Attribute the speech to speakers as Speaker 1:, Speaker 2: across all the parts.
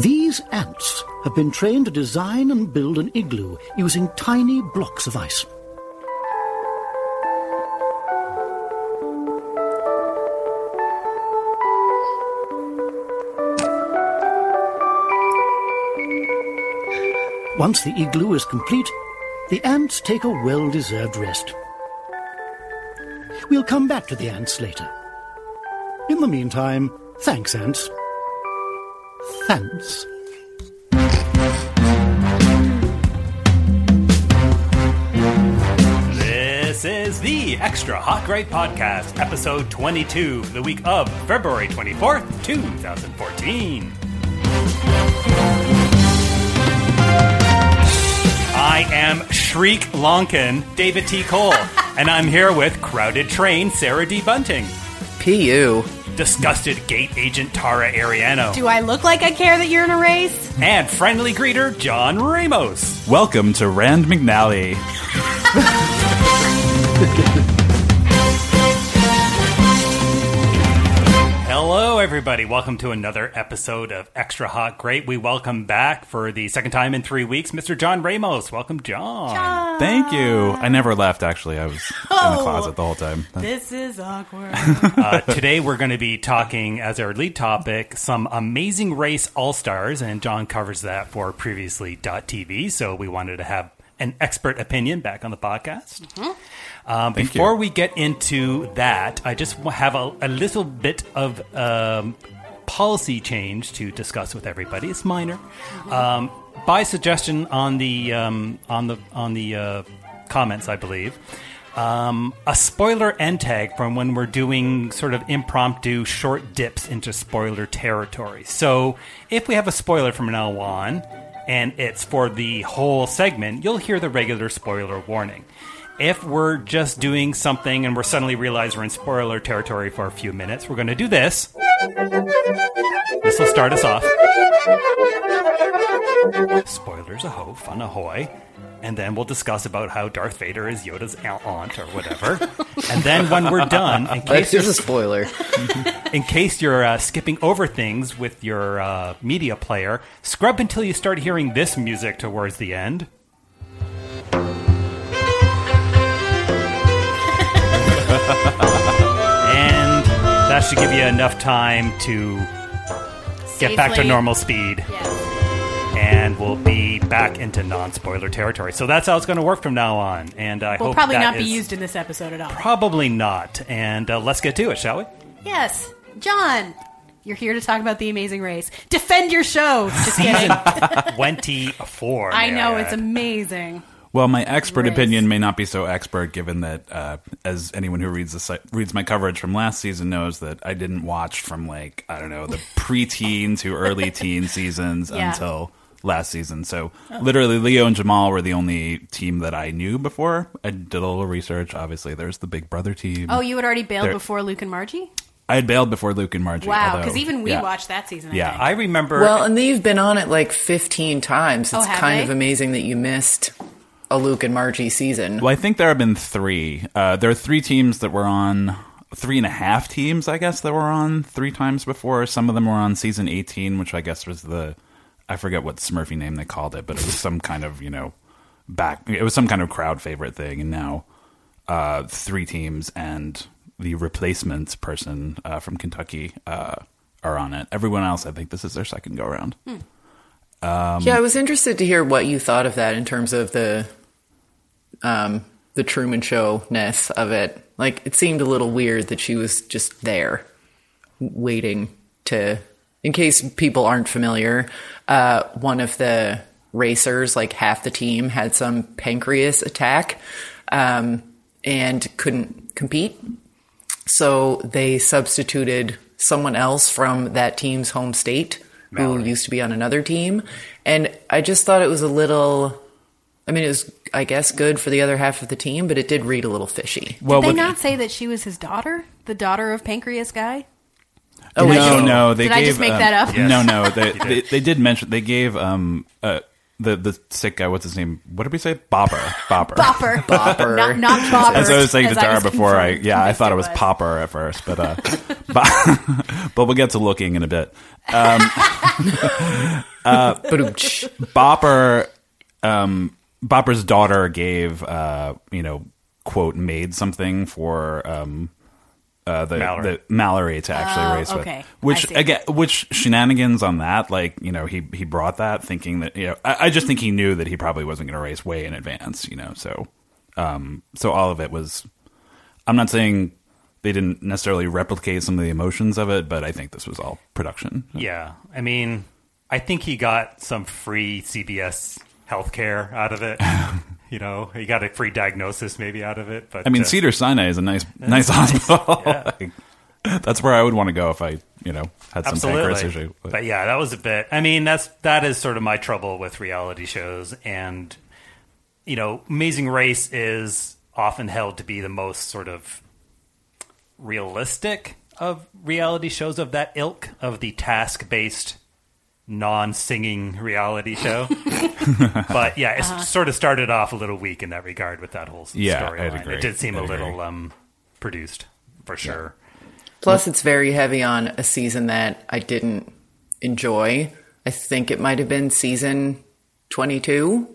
Speaker 1: These ants have been trained to design and build an igloo using tiny blocks of ice. Once the igloo is complete, the ants take a well deserved rest. We'll come back to the ants later. In the meantime, thanks, ants. Thanks.
Speaker 2: This is the Extra Hot Right Podcast, episode 22, for the week of February 24th, 2014. I am Shriek Lonkin, David T. Cole, and I'm here with Crowded Train Sarah D. Bunting,
Speaker 3: PU.
Speaker 2: Disgusted Gate Agent Tara Ariano,
Speaker 4: Do I look like I care that you're in a race?
Speaker 2: and Friendly Greeter John Ramos.
Speaker 5: Welcome to Rand McNally.
Speaker 2: Hello, everybody. Welcome to another episode of Extra Hot Great. We welcome back for the second time in three weeks, Mr. John Ramos. Welcome, John.
Speaker 5: Thank you. I never left, actually. I was
Speaker 4: Oh.
Speaker 5: in the closet the whole time.
Speaker 4: This is awkward.
Speaker 2: Uh, today we're going to be talking as our lead topic some amazing race all stars, and John covers that for previously.tv. So we wanted to have an expert opinion back on the podcast. Um,
Speaker 5: Thank
Speaker 2: before
Speaker 5: you.
Speaker 2: we get into that, I just wa- have a, a little bit of um, policy change to discuss with everybody. It's minor. Um, by suggestion on the um, on the on the uh, comments, I believe. Um, a spoiler end tag from when we're doing sort of impromptu short dips into spoiler territory. So if we have a spoiler from now on, and it's for the whole segment, you'll hear the regular spoiler warning if we're just doing something and we're suddenly realize we're in spoiler territory for a few minutes, we're going to do this. This will start us off. Spoilers aho, fun ahoy. And then we'll discuss about how Darth Vader is Yoda's a- aunt or whatever. and then when we're done, in
Speaker 3: Like,
Speaker 2: case
Speaker 3: there's
Speaker 2: you're,
Speaker 3: a spoiler.
Speaker 2: in case you're uh, skipping over things with your uh, media player, scrub until you start hearing this music towards the end. and that should give you enough time to get back to
Speaker 4: Safely.
Speaker 2: normal speed and we'll be back into non-spoiler territory so that's how it's going to work from now on and i
Speaker 4: Will
Speaker 2: hope
Speaker 4: probably
Speaker 2: that
Speaker 4: not be
Speaker 2: is-
Speaker 4: used in this episode at all.
Speaker 2: probably not and uh, let's get to it shall we
Speaker 4: yes, John, you're here to talk about the Amazing Race. Defend your show. Just kidding.
Speaker 2: 24
Speaker 4: I
Speaker 2: may
Speaker 4: know it's
Speaker 2: add.
Speaker 4: amazing.
Speaker 5: Well, my expert
Speaker 4: Race.
Speaker 5: opinion may not be so expert, given that, uh, as anyone who reads the site, reads my coverage from last season knows, that I didn't watch from like I don't know the preteen to early teen seasons
Speaker 4: Yeah.
Speaker 5: until last season. So literally, Leo and Jamal were the only team that I knew before. I did a little research. Obviously, there's the Big Brother team.
Speaker 4: Oh, you had already bailed
Speaker 5: There-
Speaker 4: before Luke and Margie?
Speaker 5: I had bailed before Luke and Margie.
Speaker 4: Wow,
Speaker 5: although-
Speaker 4: because even we
Speaker 5: yeah.
Speaker 4: watched that season. I
Speaker 5: Yeah.
Speaker 4: think.
Speaker 2: i remember
Speaker 3: well, and you've been on it like 15 times.
Speaker 4: Oh,
Speaker 3: It's
Speaker 4: have
Speaker 3: kind
Speaker 4: I?
Speaker 3: of amazing that you missed a Luke and Margie season.
Speaker 5: Well, I think there have been three. Uh, there are three teams that were on, three and a half teams, I guess, that were on three times before. Some of them were on season 18, which I guess was the, I forget what Smurfy name they called it, but it was some kind of, you know, back, it was some kind of crowd favorite thing. And now uh, three teams and the replacements person uh, from Kentucky uh, are on it. Everyone else, I think this is their second go around.
Speaker 4: Hmm.
Speaker 3: yeah, I was interested to hear what you thought of that in terms of the um, the Truman Show ness of it. Like, it seemed a little weird that she was just there waiting to. In case people aren't familiar, uh, one of the racers, like half the team, had some pancreas attack um, and couldn't compete. So they substituted someone else from that team's home state who used to be on another team. And I just thought it was a little. I mean, it was, I guess, good for the other half of the team, but it did read a little fishy.
Speaker 5: Well,
Speaker 4: Did they
Speaker 5: with-
Speaker 4: not say that she was his daughter? The daughter of Pancreas Guy?
Speaker 3: Oh,
Speaker 5: no,
Speaker 3: I just-
Speaker 5: no, they
Speaker 4: Did
Speaker 5: gave,
Speaker 4: I just make
Speaker 5: um,
Speaker 4: that up?
Speaker 5: No, no, they, they they did mention they gave um uh the the sick guy. What's his name? What did we say? Bopper. Bopper.
Speaker 4: Bopper.
Speaker 3: Bopper.
Speaker 4: Not, not Bopper.
Speaker 5: As I was saying to
Speaker 4: as I
Speaker 5: Tara
Speaker 4: was
Speaker 5: before, I
Speaker 4: confirmed-
Speaker 5: yeah, I thought it was
Speaker 4: convinced
Speaker 5: Popper at first, but uh, but, but we'll get to looking in a bit. Um, uh,
Speaker 3: Ba-doom-tsh.
Speaker 5: Bopper, um, Bopper's daughter gave, uh, you know, quote, made something for um, uh, the,
Speaker 2: Mallory.
Speaker 5: the Mallory to actually
Speaker 4: Oh,
Speaker 5: race
Speaker 4: okay.
Speaker 5: with. Which
Speaker 4: I see.
Speaker 5: again, which shenanigans on that? Like, you know, he he brought that thinking that you know, I, I just think he knew that he probably wasn't going to race way in advance. You know, so um, so all of it was. I'm not saying they didn't necessarily replicate some of the emotions of it, but I think this was all production.
Speaker 2: Yeah, I mean, I think he got some free CBS health care out of it. you know, he got a free diagnosis maybe out of it. But
Speaker 5: I mean,
Speaker 2: uh,
Speaker 5: Cedar Sinai is a nice, nice hospital. Like, that's where I would want to go if I, you know, had some pancreas
Speaker 2: absolutely.
Speaker 5: issue.
Speaker 2: But, yeah, that was a bit. I mean, that's that is sort of my trouble with reality shows, and you know, Amazing Race is often held to be the most sort of realistic of reality shows of that ilk of the task based non-singing reality show but yeah it sort of started off a little weak in that regard with that whole s-
Speaker 5: Yeah, I'd
Speaker 2: storyline
Speaker 5: agree.
Speaker 2: it did seem
Speaker 5: I'd
Speaker 2: a
Speaker 5: agree.
Speaker 2: little um produced for sure
Speaker 3: Plus, it's very heavy on a season that I didn't enjoy. I think it might have been season 22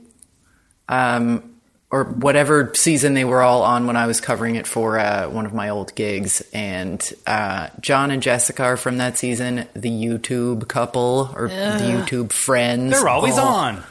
Speaker 3: um, or whatever season they were all on when I was covering it for uh, one of my old gigs. And uh, John and Jessica are from that season, the YouTube couple or the YouTube friends.
Speaker 2: they're always
Speaker 3: Oh,
Speaker 2: on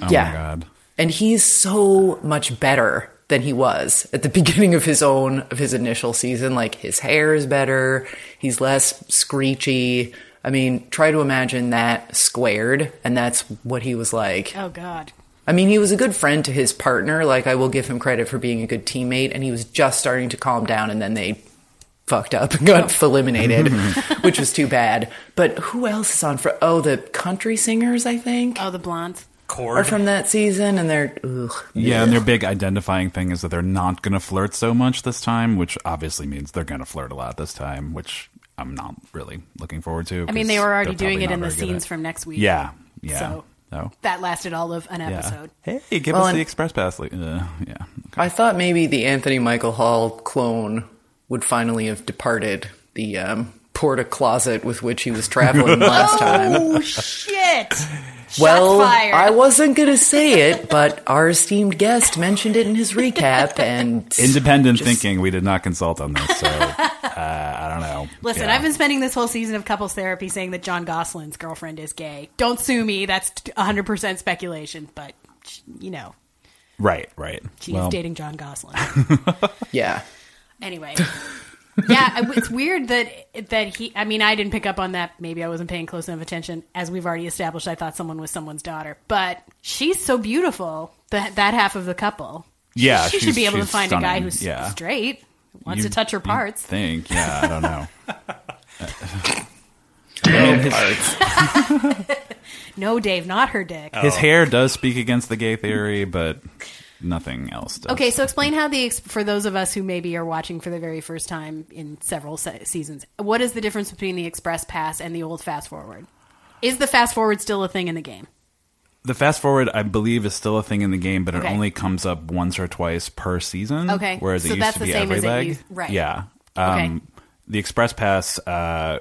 Speaker 5: oh
Speaker 3: yeah.
Speaker 5: my god,
Speaker 3: And he's so much better than he was at the beginning of his own of his initial season. Like his hair is better, he's less screechy. I mean, try to imagine that squared, and that's what he was like.
Speaker 4: Oh God.
Speaker 3: I mean, he was a good friend to his partner. Like, I will give him credit for being a good teammate, and he was just starting to calm down, and then they fucked up and got eliminated, which was too bad. But who else is on for? Oh, the country singers, I think,
Speaker 4: Oh, the blondes.
Speaker 2: cord
Speaker 3: are from that season, and they're ugh,
Speaker 5: yeah. And their big identifying thing is that they're not going to flirt so much this time, which obviously means they're going to flirt a lot this time, which I'm not really looking forward to.
Speaker 4: I mean, they were already doing it in the scenes
Speaker 5: from.
Speaker 4: from next week.
Speaker 5: Yeah, yeah.
Speaker 4: So-
Speaker 5: no.
Speaker 4: That lasted all of an episode.
Speaker 5: Yeah. Hey, give
Speaker 3: Well,
Speaker 5: us the
Speaker 3: and-
Speaker 5: express pass. Like, uh, yeah.
Speaker 3: I thought maybe the Anthony Michael Hall clone would finally have departed the um, porta closet with which he was traveling last time.
Speaker 4: Oh shit!
Speaker 3: well,
Speaker 4: fired.
Speaker 3: I wasn't going to say it, but our esteemed guest mentioned it in his recap, and
Speaker 5: Independent thinking. We did not consult on this, so uh, I don't know.
Speaker 4: Listen,
Speaker 5: Yeah.
Speaker 4: I've been spending this whole season of couples therapy saying that John Goslin's girlfriend is gay. Don't sue me. That's 100% speculation, but you know,
Speaker 5: right, right.
Speaker 4: she's
Speaker 5: Well,
Speaker 4: dating John Goslin.
Speaker 3: yeah,
Speaker 4: anyway. yeah, I- it's weird that that he I mean, I didn't pick up on that. Maybe I wasn't paying close enough attention. As we've already established, I thought someone was someone's daughter, but she's so beautiful, that that half of the couple.
Speaker 5: Yeah,
Speaker 4: she
Speaker 5: she's-
Speaker 4: should be able to
Speaker 5: she's
Speaker 4: find a guy
Speaker 5: stunning.
Speaker 4: who's
Speaker 5: Yeah.
Speaker 4: straight, wants
Speaker 5: you-
Speaker 4: to touch her
Speaker 5: you
Speaker 4: parts.
Speaker 5: Think, yeah, I don't know.
Speaker 4: No, Dave, not her dick.
Speaker 5: His hair does speak against the gay theory, but nothing else does.
Speaker 4: Okay, so explain how the ex- for those of us who maybe are watching for the very first time in several se- seasons, what is the difference between the express pass and the old fast forward? Is the fast forward still a thing in the game?
Speaker 5: The fast forward, I believe, is still a thing in the game, but it
Speaker 4: Okay.
Speaker 5: only comes up once or twice per season.
Speaker 4: Okay.
Speaker 5: whereas
Speaker 4: So
Speaker 5: it used
Speaker 4: that's
Speaker 5: to
Speaker 4: the
Speaker 5: be
Speaker 4: same
Speaker 5: every
Speaker 4: as it
Speaker 5: leg.
Speaker 4: used- right.
Speaker 5: Yeah.
Speaker 4: Okay.
Speaker 5: Um, The express pass uh,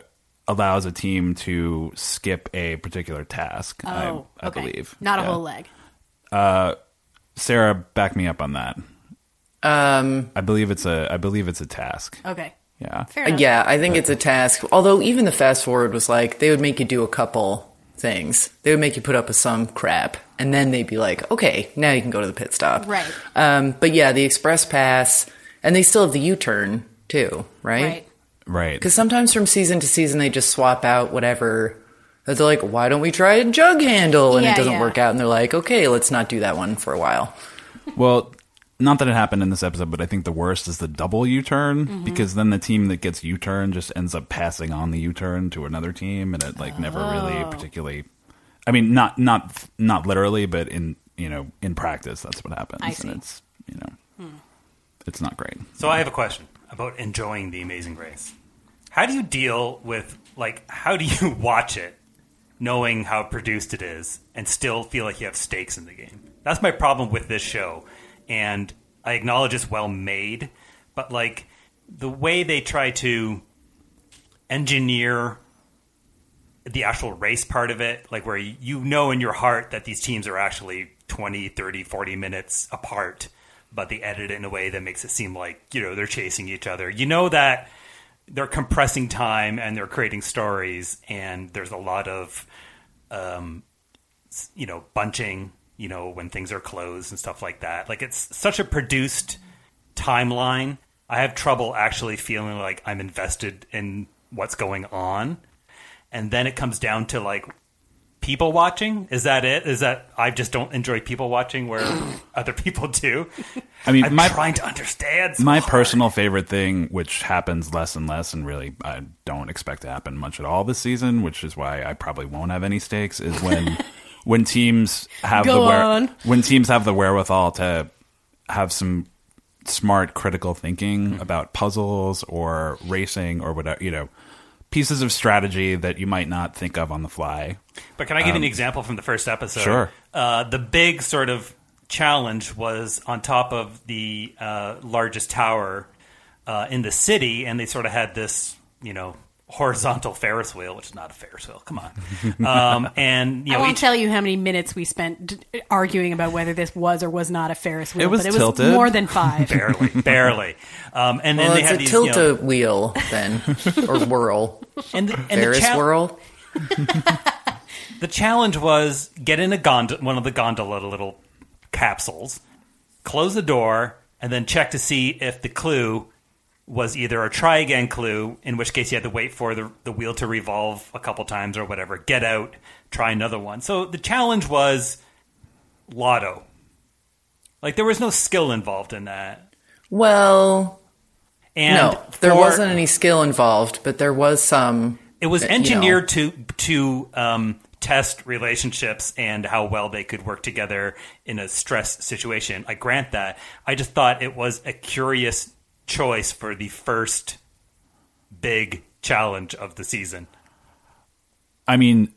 Speaker 5: allows a team to skip a particular task.
Speaker 4: Oh,
Speaker 5: I, I
Speaker 4: okay.
Speaker 5: believe
Speaker 4: not a
Speaker 5: Yeah.
Speaker 4: whole leg.
Speaker 5: Sarah, back me up on that.
Speaker 3: um,
Speaker 5: I believe it's a. I believe it's a task.
Speaker 4: Okay, Oh.
Speaker 5: Yeah.
Speaker 4: fair enough.
Speaker 3: Uh, yeah. I think it's a task. Although even the fast forward was like they would make you do a couple things. They would make you put up with some crap, and then they'd be like, "Okay, now you can go to the pit stop."
Speaker 4: Right.
Speaker 3: Um, but yeah, the express pass, and they still have the U turn too,
Speaker 4: Right.
Speaker 5: Right.
Speaker 3: Because sometimes from season to season, they just swap out whatever. They're like, why don't we try a jug handle? And
Speaker 4: Yeah,
Speaker 3: it doesn't
Speaker 4: yeah.
Speaker 3: work out. And they're like, okay, let's not do that one for a while.
Speaker 5: Well, not that it happened in this episode, but I think the worst is the double U turn
Speaker 4: Mm-hmm.
Speaker 5: because then the team that gets U turn just ends up passing on the U turn to another team, and it like never
Speaker 4: Oh.
Speaker 5: really particularly. I mean, not not not literally, but in you know in practice, that's what happens,
Speaker 4: I see. Hmm.
Speaker 5: and it's you know it's not great.
Speaker 2: So I have a question about enjoying The Amazing Race. How do you deal with like how do you watch it knowing how produced it is and still feel like you have stakes in the game? That's my problem with this show. And I acknowledge it's well made, but like the way they try to engineer the actual race part of it, like where you know in your heart that these teams are actually 20, 30, 40 minutes apart, but they edit it in a way that makes it seem like, you know, they're chasing each other. You know that they're compressing time and they're creating stories, and there's a lot of, um, s- you know, bunching, you know, when things are closed and stuff like that. Like it's such a produced timeline. I have trouble actually feeling like I'm invested in what's going on and then it comes down to like people watching is that it is that i just don't enjoy people watching where other people do
Speaker 5: I mean,
Speaker 2: i'm
Speaker 5: my-
Speaker 2: trying to understand so
Speaker 5: My
Speaker 2: hard.
Speaker 5: personal favorite thing, which happens less and less, and really I don't expect to happen much at all this season, which is why I probably won't have any stakes, is when when teams have
Speaker 4: Go
Speaker 5: the where-
Speaker 4: on.
Speaker 5: when teams have the wherewithal to have some smart critical
Speaker 4: Mm.
Speaker 5: thinking about puzzles or racing or whatever you know pieces of strategy that you might not think of on the fly.
Speaker 2: but can i give
Speaker 3: Um,
Speaker 2: you an example from the first episode
Speaker 5: Sure.
Speaker 2: uh, the big sort of challenge was on top of the uh, largest tower uh, in the city and they sort of had this you know horizontal ferris wheel which is not a ferris wheel come on um, and you
Speaker 4: I
Speaker 2: know
Speaker 4: won't
Speaker 2: each-
Speaker 4: tell you how many minutes we spent d- arguing about whether this was or was not a Ferris wheel,
Speaker 5: It was
Speaker 4: but it
Speaker 5: tilted.
Speaker 4: was more than five.
Speaker 2: barely barely um, and then
Speaker 3: Well,
Speaker 2: they
Speaker 3: it's
Speaker 2: had
Speaker 3: a
Speaker 2: these you
Speaker 3: tilt
Speaker 2: know,
Speaker 3: a wheel then, or whirl.
Speaker 2: and the, and the
Speaker 3: Ferris
Speaker 2: chal-
Speaker 3: whirl.
Speaker 2: the challenge was get in a gondola, one of the gondola little capsules, close the door, and then check to see if the clue was either a try again clue, in which case you had to wait for the, the wheel to revolve a couple times or whatever, get out, try another one. So the challenge was lotto. Like there was no skill involved in that.
Speaker 3: Well,
Speaker 2: And
Speaker 3: no, there
Speaker 2: for-
Speaker 3: wasn't any skill involved, but there was some.
Speaker 2: It was
Speaker 3: you know.
Speaker 2: engineered to to um, test relationships and how well they could work together in a stress situation. I grant that. I just thought it was a curious choice for the first big challenge of the season.
Speaker 5: I mean,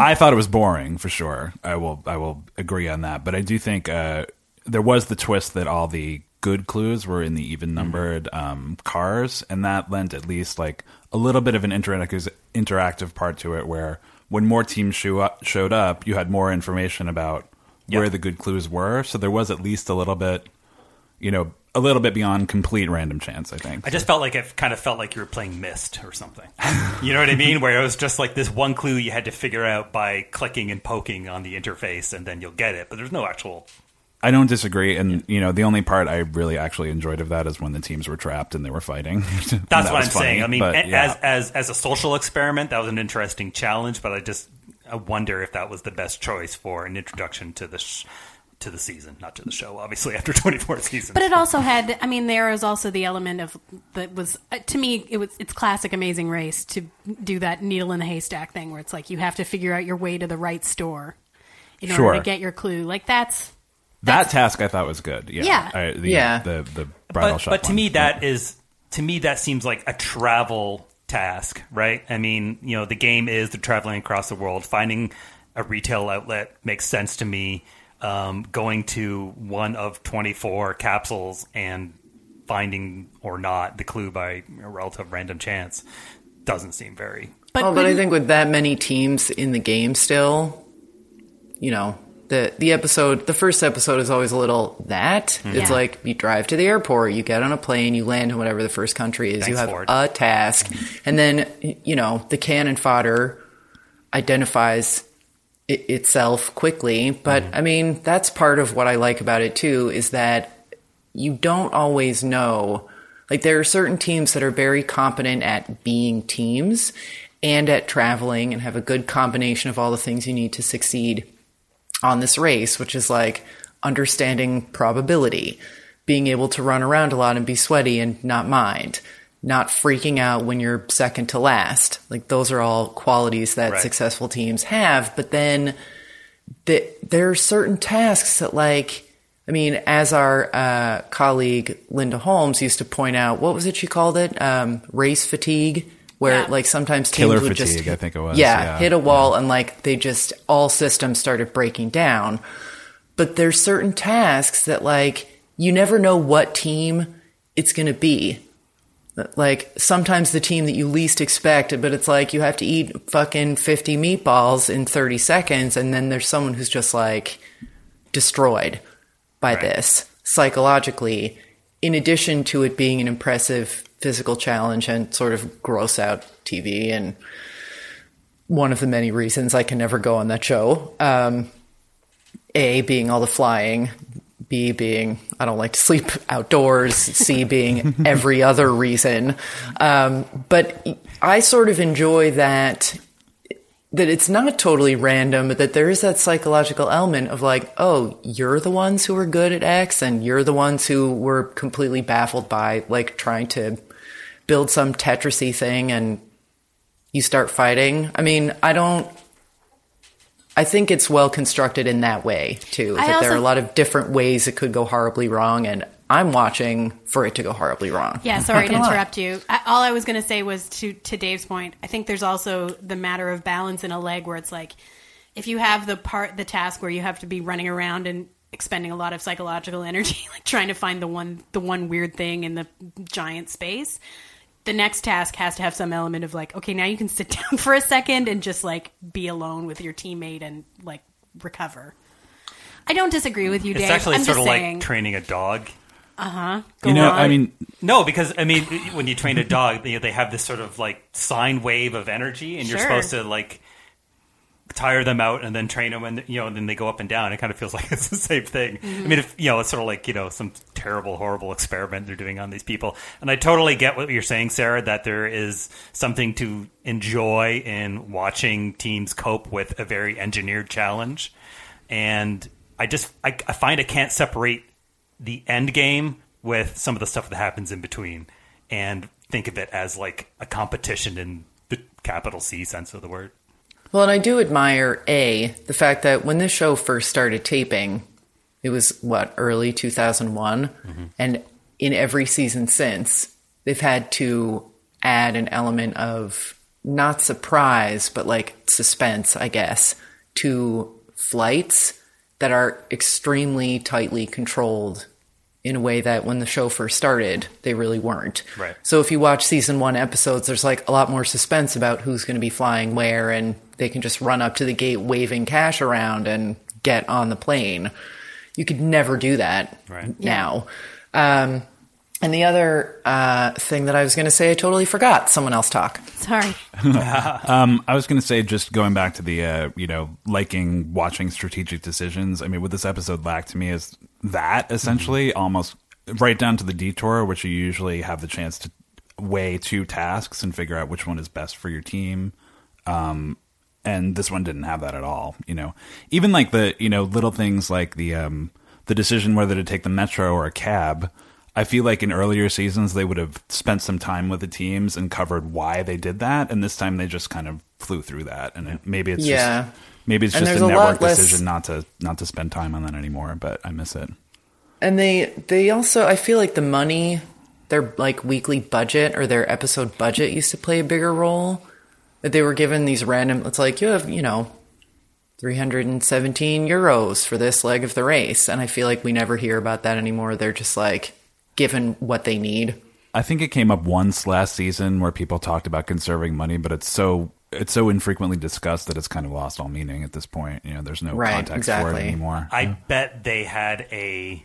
Speaker 5: I thought it was boring for sure. I will I will agree on that. But I do think uh, there was the twist that all the good clues were in the even numbered um, cars, and that lent at least like a little bit of an interactive interactive part to it, where when more teams show up, showed up, you had more information about where the good clues were. So there was at least a little bit, you know, a little bit beyond complete random chance. I think.
Speaker 2: I just felt like it kind of felt like you were playing Mist or something. You know what I mean? Where it was just like this one clue you had to figure out by clicking and poking on the interface, and then you'll get it. But there's no actual
Speaker 5: I don't disagree, and you know the only part I really actually enjoyed of that is when the teams were trapped and they were fighting.
Speaker 2: That's what I'm saying. I mean, a-
Speaker 5: yeah.
Speaker 2: as as as a social experiment, that was an interesting challenge, but I just I wonder if that was the best choice for an introduction to the sh- to the season, not to the show, obviously after 24 seasons.
Speaker 4: But it also had. I mean, there is also the element of that was uh, to me. It was it's classic Amazing Race to do that needle in the haystack thing, where it's like you have to figure out your way to the right store in order
Speaker 5: Sure.
Speaker 4: to get your clue. Like that's
Speaker 5: that task I thought was good. Yeah,
Speaker 4: Yeah.
Speaker 5: I- the,
Speaker 3: Yeah.
Speaker 5: The the bridal
Speaker 2: but,
Speaker 5: shop.
Speaker 2: but to
Speaker 5: one.
Speaker 2: me that is to me that seems like a travel task, right? I mean, you know, the game is the traveling across the world, finding a retail outlet makes sense to me. Um, going to one of 24 capsules and finding or not the clue by a relative random chance doesn't seem very
Speaker 4: but,
Speaker 3: Oh, but I
Speaker 4: wouldn't-
Speaker 3: think with that many teams in the game still, you know, the the episode, the first episode is always a little that. It's
Speaker 4: Yeah.
Speaker 3: like you drive to the airport, you get on a plane, you land in whatever the first country is, you
Speaker 2: Thanks,
Speaker 3: have
Speaker 2: Ford.
Speaker 3: a task, and then you know the cannon fodder identifies i itself quickly. But
Speaker 2: Mm-hmm.
Speaker 3: I mean, that's part of what I like about it too is that you don't always know. Like there are certain teams that are very competent at being teams and at traveling and have a good combination of all the things you need to succeed on this race, which is like understanding probability, being able to run around a lot and be sweaty and not mind, not freaking out when you're second to last. Like those are all qualities that
Speaker 2: Right.
Speaker 3: successful teams have, but then th- there are certain tasks that like I mean, as our uh, colleague Linda Holmes used to point out, what was it she called it? Um, race fatigue, where
Speaker 4: Yeah.
Speaker 3: like sometimes teams
Speaker 5: Killer
Speaker 3: would just
Speaker 5: fatigue, I think it was,
Speaker 3: yeah,
Speaker 5: yeah.
Speaker 3: hit a wall and like they just all systems started breaking down. But there's certain tasks that like you never know what team it's going to be. like sometimes the team that you least expect, but it's like you have to eat fucking 50 meatballs in 30 seconds. And then there's someone who's just like destroyed by
Speaker 2: Right.
Speaker 3: this psychologically, in addition to it being an impressive physical challenge and sort of gross out TV. And one of the many reasons I can never go on that show. Um, a being all the flying, B being I don't like to sleep outdoors, C being every other reason. Um, but I sort of enjoy that that it's not totally random, but that there is that psychological element of like, oh, you're the ones who were good at X, and you're the ones who were completely baffled by like trying to build some Tetrisy thing, and you start fighting. I mean, I don't. I think it's well constructed in that way too.
Speaker 4: I
Speaker 3: That there are a
Speaker 4: also-
Speaker 3: lot of different ways it could go horribly wrong, and I'm watching for it to go horribly wrong.
Speaker 4: Yeah, sorry to interrupt you. I, all I was going to say was to to Dave's point. I think there's also the matter of balance in a leg, where it's like if you have the part, the task where you have to be running around and expending a lot of psychological energy, like trying to find the one the one weird thing in the giant space. The next task has to have some element of like, okay, now you can sit down for a second and just like be alone with your teammate and like recover. I don't disagree with you, Dave.
Speaker 2: It's actually
Speaker 4: I'm
Speaker 2: sort
Speaker 4: just
Speaker 2: of
Speaker 4: saying.
Speaker 2: like training a dog.
Speaker 4: uh huh.
Speaker 5: you know, I mean,
Speaker 2: No, because I mean, when you train a dog, you know, they have this sort of like sine wave of energy, and you're
Speaker 4: Sure.
Speaker 2: supposed to like tire them out and then train them, and you know, and then they go up and down. It kind of feels like it's the same thing. I mean, if you know, it's sort of like you know, some terrible, horrible experiment they're doing on these people. And I totally get what you're saying, Sarah, that there is something to enjoy in watching teams cope with a very engineered challenge. And I just, I, I find I can't separate the end game with some of the stuff that happens in between and think of it as like a competition in the capital C sense of the word.
Speaker 3: Well, and I do admire A, the fact that when this show first started taping, it was what, early 2001? And in every season since, they've had to add an element of not surprise, but like suspense, I guess, to flights that are extremely tightly controlled in a way that when the show first started, they really weren't.
Speaker 2: Right.
Speaker 3: So if you watch season one episodes, there's like a lot more suspense about who's going to be flying where, and they can just run up to the gate waving cash around and get on the plane. You could never do that
Speaker 2: Right.
Speaker 3: now. Um, and the other uh, thing that I was going to say, I totally forgot. Someone else talk.
Speaker 4: sorry.
Speaker 5: um, I was going to say just going back to the uh, you know liking watching strategic decisions. I mean, what this episode lacked to me is that essentially
Speaker 2: Mm-hmm.
Speaker 5: almost right down to the detour, which you usually have the chance to weigh two tasks and figure out which one is best for your team. and this one didn't have that at all you know even like the you know little things like the um the decision whether to take the metro or a cab i feel like in earlier seasons they would have spent some time with the teams and covered why they did that and this time they just kind of flew through that and it, maybe it's
Speaker 3: Yeah.
Speaker 5: just maybe it's
Speaker 3: And
Speaker 5: just a
Speaker 3: there's a lot
Speaker 5: network
Speaker 3: less-
Speaker 5: decision not to not to spend time on that anymore but i miss it
Speaker 3: And they they also I feel like the money their like weekly budget or their episode budget used to play a bigger role. That they were given these random it's like you have, you know, 317 euros for this leg of the race and I feel like we never hear about that anymore. They're just like given what they need.
Speaker 5: I think it came up once last season where people talked about conserving money, but it's so it's so infrequently discussed that it's kind of lost all meaning at this point. You know, there's no
Speaker 3: Right,
Speaker 5: context for
Speaker 3: exactly.
Speaker 5: it anymore.
Speaker 2: I bet they had a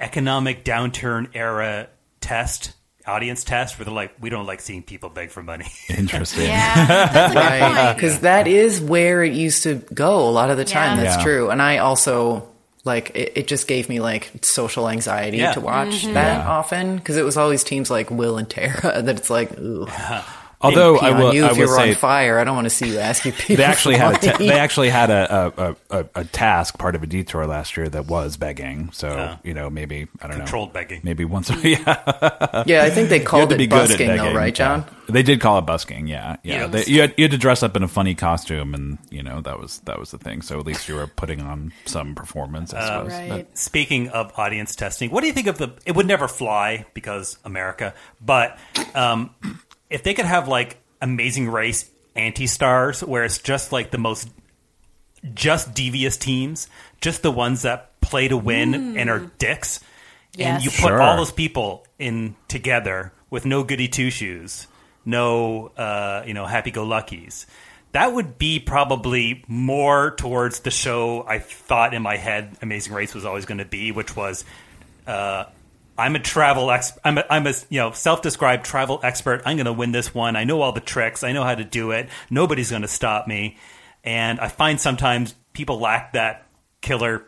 Speaker 2: economic downturn era test, audience test, where they're like, we don't like seeing people beg for money.
Speaker 5: Interesting.
Speaker 4: Yeah, that's a good
Speaker 3: Right.
Speaker 4: point.
Speaker 3: Because that is where it used to go a lot of the time.
Speaker 4: Yeah.
Speaker 3: That's
Speaker 5: Yeah.
Speaker 3: true. And I also like it, it just gave me like social anxiety
Speaker 2: Yeah.
Speaker 3: to watch
Speaker 4: Mm-hmm.
Speaker 3: that often because it was always teams like Will and Tara that it's like, ooh,
Speaker 5: Although
Speaker 3: pee
Speaker 5: I
Speaker 3: on
Speaker 5: will,
Speaker 3: you
Speaker 5: I
Speaker 3: if you
Speaker 5: will
Speaker 3: were on
Speaker 5: say
Speaker 3: fire. I don't want to see you ask you people.
Speaker 5: they actually had a
Speaker 3: for
Speaker 5: ta-
Speaker 3: money.
Speaker 5: they actually had a a, a, a a task part of a detour last year that was begging. So you know maybe I don't know
Speaker 2: Controlled begging.
Speaker 5: Maybe once a yeah,
Speaker 3: yeah, I think they
Speaker 5: you had
Speaker 3: called
Speaker 5: to be
Speaker 3: it
Speaker 5: good at
Speaker 3: busking
Speaker 5: begging,
Speaker 3: though, right, John?
Speaker 5: Yeah. They did call it busking. Yeah, yeah.
Speaker 2: Yeah.
Speaker 5: They- you, had, you had to dress up in a funny costume, and you know that was that was the thing. So at least you were putting on some performance,
Speaker 2: Uh,
Speaker 5: I suppose. But-
Speaker 4: Right.
Speaker 2: Speaking of audience testing, what do you think of the? It would never fly because America, but um, if they could have like Amazing Race anti-stars, where it's just like the most just devious teams, just the ones that play to win and are dicks, and
Speaker 4: Yes.
Speaker 2: you put
Speaker 5: Sure.
Speaker 2: all those people in together with no goody two shoes, no uh, you know happy go luckies. That would be probably more towards the show I thought in my head Amazing Race was always going to be, which was uh, I'm a travel ex- I'm a, I'm a you know self-described travel expert. I'm going to win this one. I know all the tricks. I know how to do it. Nobody's going to stop me. And I find sometimes people lack that killer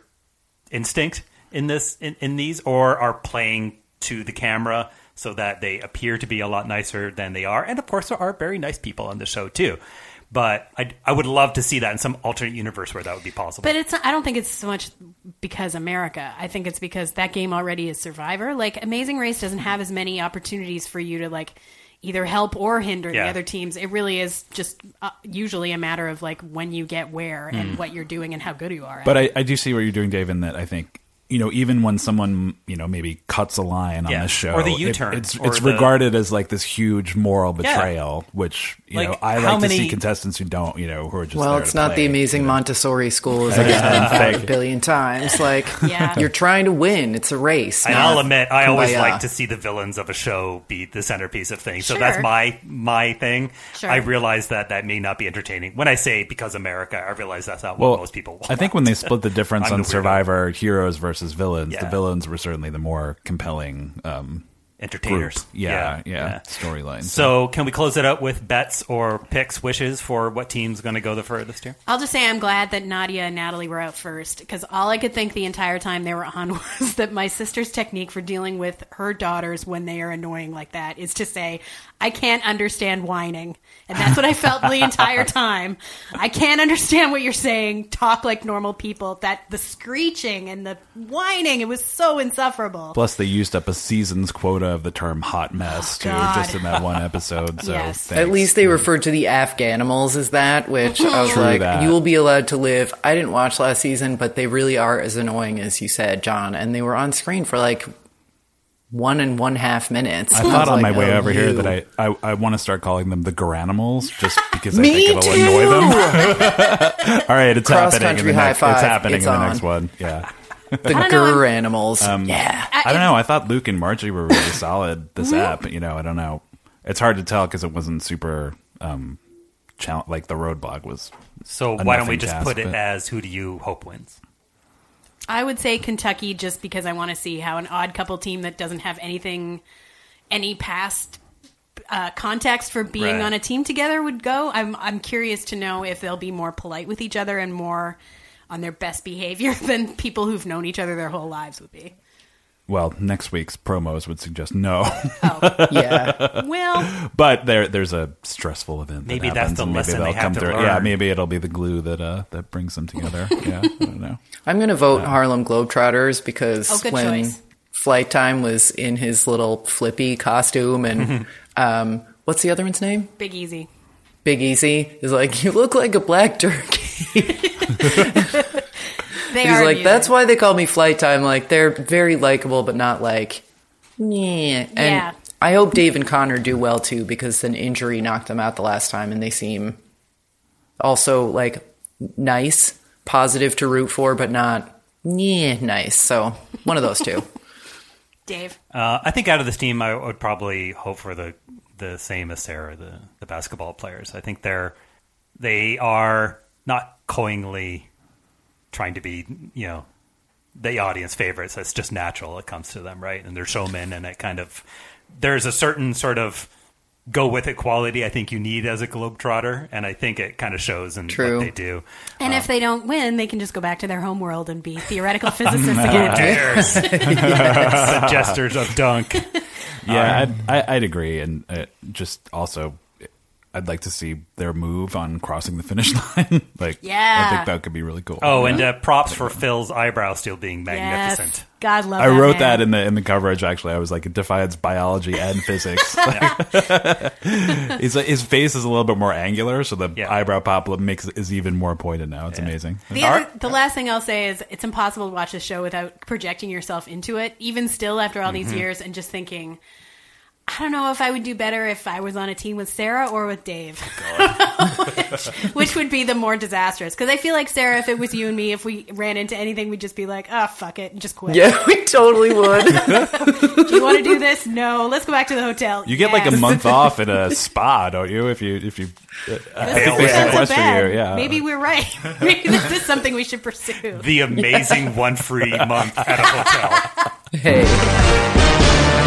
Speaker 2: instinct in this in, in these or are playing to the camera so that they appear to be a lot nicer than they are. And of course there are very nice people on the show too. But I, I would love to see that in some alternate universe where that would be possible.
Speaker 4: But it's not, I don't think it's so much because America. I think it's because that game already is Survivor. Like Amazing Race doesn't have as many opportunities for you to like either help or hinder
Speaker 2: Yeah.
Speaker 4: the other teams. It really is just uh, usually a matter of like when you get where and what you're doing and how good you are. at
Speaker 5: But
Speaker 4: it.
Speaker 5: I, I do see what you're doing, Dave, in that I think you know even when someone you know maybe cuts a line on
Speaker 2: Yeah.
Speaker 5: the show
Speaker 2: Or the
Speaker 5: it-
Speaker 2: U-turn,
Speaker 5: it's
Speaker 2: or
Speaker 5: it's
Speaker 2: the-
Speaker 5: regarded as like this huge moral betrayal, which you
Speaker 2: Like,
Speaker 5: know I
Speaker 2: how
Speaker 5: like to
Speaker 2: many-
Speaker 5: see contestants who don't you know who are just
Speaker 3: Well,
Speaker 5: there
Speaker 3: it's
Speaker 5: to
Speaker 3: not
Speaker 5: play.
Speaker 3: the amazing Montessori school as it's been thought a billion times. Like,
Speaker 4: Yeah.
Speaker 3: you're trying to win. It's a race.
Speaker 2: and
Speaker 3: not
Speaker 2: I'll admit, I always
Speaker 3: kumbaya.
Speaker 2: like to see the villains of a show be the centerpiece of things. So
Speaker 4: Sure.
Speaker 2: that's my my thing.
Speaker 4: Sure.
Speaker 2: I realize that that may not be entertaining. When I say because America, I realize that's not
Speaker 5: Well,
Speaker 2: what most people. Want.
Speaker 5: I think when they split the difference
Speaker 2: I'm
Speaker 5: on
Speaker 2: the weirdo.
Speaker 5: Survivor heroes versus villains, the
Speaker 2: Yeah.
Speaker 5: villains were certainly the more compelling um, group.
Speaker 2: entertainers.
Speaker 5: Yeah, yeah, storyline.
Speaker 2: So can we close it up with bets or picks, wishes for what team's going to go the furthest here?
Speaker 4: I'll just say I'm glad that Nadia and Natalie were out first because all I could think the entire time they were on was that my sister's technique for dealing with her daughters when they are annoying like that is to say, I can't understand whining. And that's what I felt the entire time. I can't understand what you're saying. Talk like normal people. That the screeching and the whining, it was so insufferable.
Speaker 5: Plus, they used up a season's quota of the term "hot mess" too,
Speaker 4: God.
Speaker 5: just in that one episode. So,
Speaker 4: Yes.
Speaker 5: thanks.
Speaker 3: At least they referred to the Afghanimals as that, which I was
Speaker 5: True
Speaker 3: like,
Speaker 5: that.
Speaker 3: you will be allowed to live. I didn't watch last season, but they really are as annoying as you said, John. And they were on screen for like one and one half minutes.
Speaker 5: I
Speaker 3: was
Speaker 5: thought on
Speaker 3: like,
Speaker 5: my way
Speaker 3: oh,
Speaker 5: over here
Speaker 3: you.
Speaker 5: that I, I, I want to start calling them the Garanimals just because I
Speaker 3: Me
Speaker 5: think it'll annoy them. All right, it's
Speaker 3: Cross
Speaker 5: happening. In
Speaker 3: country
Speaker 5: the
Speaker 3: high
Speaker 5: next,
Speaker 3: five.
Speaker 5: It's happening
Speaker 3: It's
Speaker 5: in the
Speaker 3: on.
Speaker 5: next one. Yeah.
Speaker 3: the
Speaker 4: I don't know.
Speaker 3: gur animals.
Speaker 5: Um,
Speaker 3: yeah.
Speaker 5: I don't know. I thought Luke and Marjorie were really solid this app. You know, I don't know. It's hard to tell because it wasn't super um, challenge. Like the roadblock was.
Speaker 2: So
Speaker 5: A
Speaker 2: why don't we
Speaker 5: nothing
Speaker 2: just
Speaker 5: task,
Speaker 2: put it
Speaker 5: but-
Speaker 2: as who do you hope wins?
Speaker 4: I would say Kentucky just because I want to see how an odd couple team that doesn't have anything, any past uh, context for being
Speaker 2: Right.
Speaker 4: on a team together would go. I'm I'm curious to know if they'll be more polite with each other and more on their best behavior than people who've known each other their whole lives would be.
Speaker 5: Well, next week's promos would suggest no,
Speaker 3: Yeah.
Speaker 4: Oh, Well,
Speaker 5: but there there's a stressful event. that
Speaker 2: Maybe that's
Speaker 5: happens,
Speaker 2: the
Speaker 5: and maybe
Speaker 2: lesson
Speaker 5: they'll
Speaker 2: they have
Speaker 5: come
Speaker 2: to
Speaker 5: through.
Speaker 2: learn.
Speaker 5: Yeah, maybe it'll be the glue that uh, that brings them together. yeah, I don't know.
Speaker 3: I'm going to vote Harlem Globetrotters because
Speaker 4: Oh, good
Speaker 3: when
Speaker 4: choice.
Speaker 3: Flight Time was in his little flippy costume and um, what's the other one's name?
Speaker 4: Big Easy.
Speaker 3: Big Easy is like, you look like a black turkey.
Speaker 4: They
Speaker 3: He's
Speaker 4: are
Speaker 3: like,
Speaker 4: amusing.
Speaker 3: that's why they call me flight time. Like, they're very likable, but not like, yeah. And
Speaker 4: Yeah.
Speaker 3: I hope Dave and Connor do well too, because an injury knocked them out the last time, and they seem also like nice, positive to root for, but not yeah nice. So one of those two.
Speaker 4: Dave.
Speaker 2: Uh, I think out of this team, I would probably hope for the the same as Sarah, the the basketball players. I think they're they are not coyingly trying to be, you know, the audience favorites. That's just natural. It comes to them, right? And they're showmen, and it kind of there's a certain sort of go with it quality I think you need as a globetrotter, and I think it kind of shows in
Speaker 3: True.
Speaker 2: what they do.
Speaker 4: And if they don't win, they can just go back to their home world and be theoretical physicists again.
Speaker 2: Dares, suggesters of dunk.
Speaker 5: Yeah,
Speaker 2: Um,
Speaker 5: I'd, I, I'd agree, and uh, just also, I'd like to see their move on crossing the finish line. like,
Speaker 4: Yeah.
Speaker 5: I think that could be really cool.
Speaker 2: Oh, and
Speaker 5: Yeah.
Speaker 2: uh, props for Phil's eyebrow still being magnificent.
Speaker 4: Yes. God love
Speaker 5: I
Speaker 4: that man.
Speaker 5: wrote that in the in the coverage. Actually, I was like, it defies biology and physics. his, his face is a little bit more angular, so the
Speaker 2: Yeah.
Speaker 5: eyebrow pop up makes is even more pointed now. It's amazing.
Speaker 4: The, other, the last thing I'll say is it's impossible to
Speaker 5: Mm-hmm.
Speaker 4: watch this show without projecting yourself into it, even still after all these years, and just thinking, I don't know if I would do better if I was on a team with Sarah or with Dave,
Speaker 5: Oh,
Speaker 4: which, which would be the more disastrous. Because I feel like Sarah, if it was you and me, if we ran into anything, we'd just be like, "Oh fuck it," and just quit.
Speaker 3: Yeah, we totally would.
Speaker 4: do you want to do this? No. Let's go back to the hotel.
Speaker 5: You get like a
Speaker 4: Yes.
Speaker 5: month off at a spa, don't you? If you if you uh,
Speaker 4: This
Speaker 5: I
Speaker 4: is because
Speaker 5: think they
Speaker 4: of
Speaker 5: sequester
Speaker 4: Ben.
Speaker 5: you, yeah.
Speaker 4: Maybe we're right. Maybe this is something we should pursue.
Speaker 2: The amazing one free month at a hotel.
Speaker 3: hey,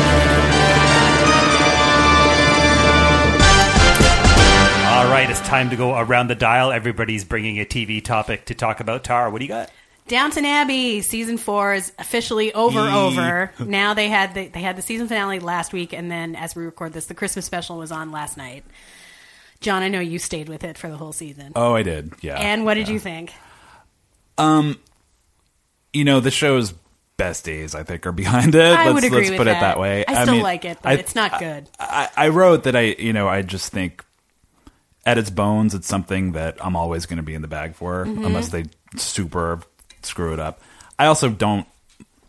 Speaker 2: All right, it's time to go around the dial. Everybody's bringing a TV topic to talk about. Tara, what do you got?
Speaker 4: Downton Abbey season four is officially over.
Speaker 5: Yee.
Speaker 4: Over now, they had the, they had the season finale last week, and then as we record this, the Christmas special was on last night. John, I know you stayed with it for the whole season.
Speaker 5: Oh, I did. Yeah.
Speaker 4: and what did you think?
Speaker 5: you know the show's best days, I think, are behind it.
Speaker 4: I
Speaker 5: let's
Speaker 4: would agree
Speaker 5: let's
Speaker 4: with
Speaker 5: put it that way.
Speaker 4: I still
Speaker 5: mean,
Speaker 4: like it, but
Speaker 5: I-
Speaker 4: it's not good.
Speaker 5: I, I wrote that I, you know, I just think at its bones, it's something that I'm always going to be in the bag for,
Speaker 4: Mm-hmm.
Speaker 5: unless they super screw it up. I also don't.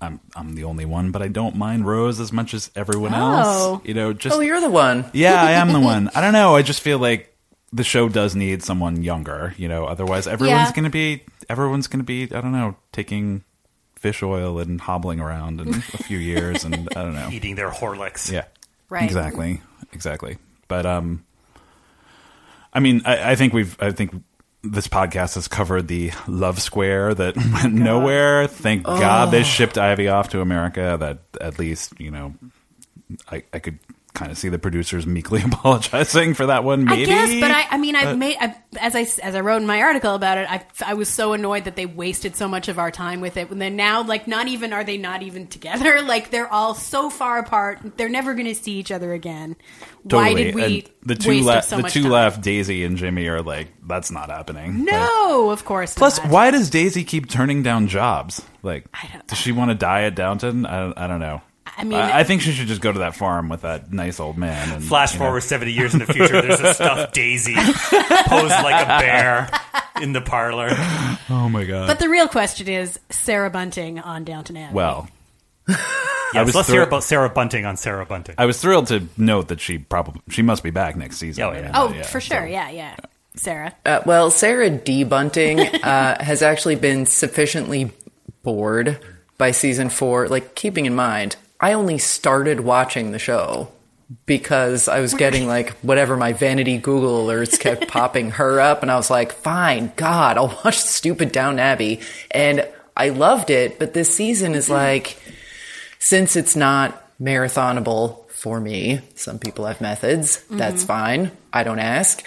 Speaker 5: I'm I'm the only one, but I don't mind Rose as much as everyone
Speaker 4: Oh.
Speaker 5: else. You know, just
Speaker 3: oh, you're the one.
Speaker 5: yeah, I am the one. I don't know. I just feel like the show does need someone younger. You know, otherwise everyone's
Speaker 4: Yeah.
Speaker 5: going to be everyone's going to be I don't know taking fish oil and hobbling around in a few years, and I don't know.
Speaker 2: Eating their Horlicks.
Speaker 5: Yeah.
Speaker 4: Right.
Speaker 5: Exactly. Exactly. But um I mean I, I think we've I think this podcast has covered the love square that went nowhere. Thank God they shipped Ivy off to America. That at least, you know I, I could kind of see the producers meekly apologizing for that one maybe.
Speaker 4: I guess, but I, I mean, I've made I, as I as I wrote in my article about it. I, I was so annoyed that they wasted so much of our time with it. And then now, like, not even are they not even together? Like, they're all so far apart. They're never going to see each other again. Why
Speaker 5: Totally.
Speaker 4: did we
Speaker 5: and the two
Speaker 4: waste
Speaker 5: left
Speaker 4: so
Speaker 5: the
Speaker 4: much
Speaker 5: two
Speaker 4: time?
Speaker 5: left Daisy and Jimmy are like that's not happening. Like,
Speaker 4: No, of course.
Speaker 5: Plus,
Speaker 4: not.
Speaker 5: why does Daisy keep turning down jobs? Like,
Speaker 4: I don't-
Speaker 5: does she want to die at Downton? I, I don't know.
Speaker 4: I mean-
Speaker 5: I, I think she should just go to that farm with that nice old man. And,
Speaker 2: Flash
Speaker 5: you know.
Speaker 2: forward 70 years in the future, there's a stuffed daisy posed like a bear in the parlor.
Speaker 5: Oh my god.
Speaker 4: But the real question is Sarah Bunting on Downton Abbey.
Speaker 5: well, I
Speaker 2: Yes,
Speaker 5: was
Speaker 2: let's
Speaker 5: thrilled-
Speaker 2: hear about Sarah Bunting on Sarah Bunting.
Speaker 5: I was thrilled to note that she probably she must be back next season.
Speaker 2: Oh,
Speaker 5: I
Speaker 2: yeah.
Speaker 5: mean,
Speaker 4: oh,
Speaker 5: yeah,
Speaker 4: for
Speaker 5: so-
Speaker 4: sure, yeah, yeah. Sarah,
Speaker 3: Uh, well, Sarah D. Bunting uh, has actually been sufficiently bored by season four. Like, keeping in mind, I only started watching the show because I was getting like whatever my vanity Google alerts kept popping her up, and I was like, fine, God, I'll watch stupid Down Abbey. And I loved it, but this season is like, since it's not marathonable for me, some people have methods, that's
Speaker 4: Mm-hmm.
Speaker 3: fine. I don't ask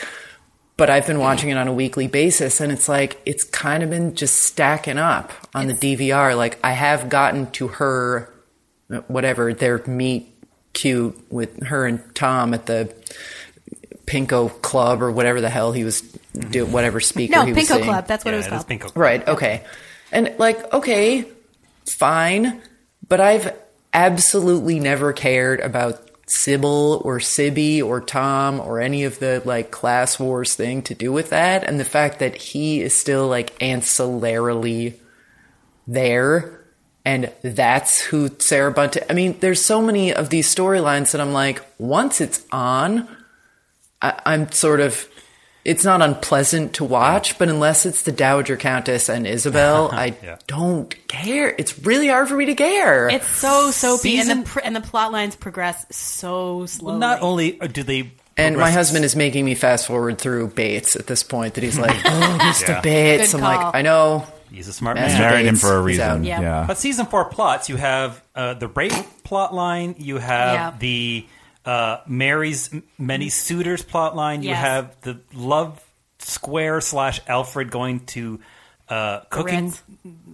Speaker 3: but I've been watching it on a weekly basis and it's like it's kind of been just stacking up on the DVR like I have gotten to her whatever their meet cute with her and Tom at the Pinko Club or whatever the hell he was do whatever speaker
Speaker 4: no,
Speaker 3: he was
Speaker 4: Pinko
Speaker 3: seeing.
Speaker 4: Club. That's what
Speaker 2: yeah,
Speaker 4: it was called.
Speaker 2: Pinko.
Speaker 3: Right. Okay. And like, okay, fine. But I've absolutely never cared about Sybil or Sibby or Tom or any of the like class wars thing to do with that. And the fact that he is still like ancillarily there. And that's who Sarah Bunting. I mean, there's so many of these storylines that I'm like, once it's on, I- I'm sort of. It's not unpleasant to watch, but unless it's the Dowager Countess and Isabel, I
Speaker 2: Yeah.
Speaker 3: don't care. It's really hard for me to care.
Speaker 4: It's so soapy,
Speaker 2: Season-
Speaker 4: and the pr- and the plot lines progress so slowly.
Speaker 2: Not only uh, do they.
Speaker 3: and my
Speaker 2: progress-
Speaker 3: husband is making me fast forward through Bates at this point that he's like, oh, Mr.
Speaker 2: Yeah.
Speaker 3: Bates.
Speaker 4: Good
Speaker 3: I'm
Speaker 4: call.
Speaker 3: like, I know.
Speaker 2: He's a smart
Speaker 5: I
Speaker 2: man.
Speaker 3: Yeah.
Speaker 5: Married him
Speaker 3: Bates
Speaker 5: for a
Speaker 3: is out.
Speaker 5: reason.
Speaker 4: Yeah.
Speaker 5: Yeah.
Speaker 2: But season four plots, you have uh, the rape plot line, you have
Speaker 4: Yeah.
Speaker 2: the uh, Mary's m- many suitors plot line, you
Speaker 4: Yes.
Speaker 2: have the love square slash Alfred going to uh, cooking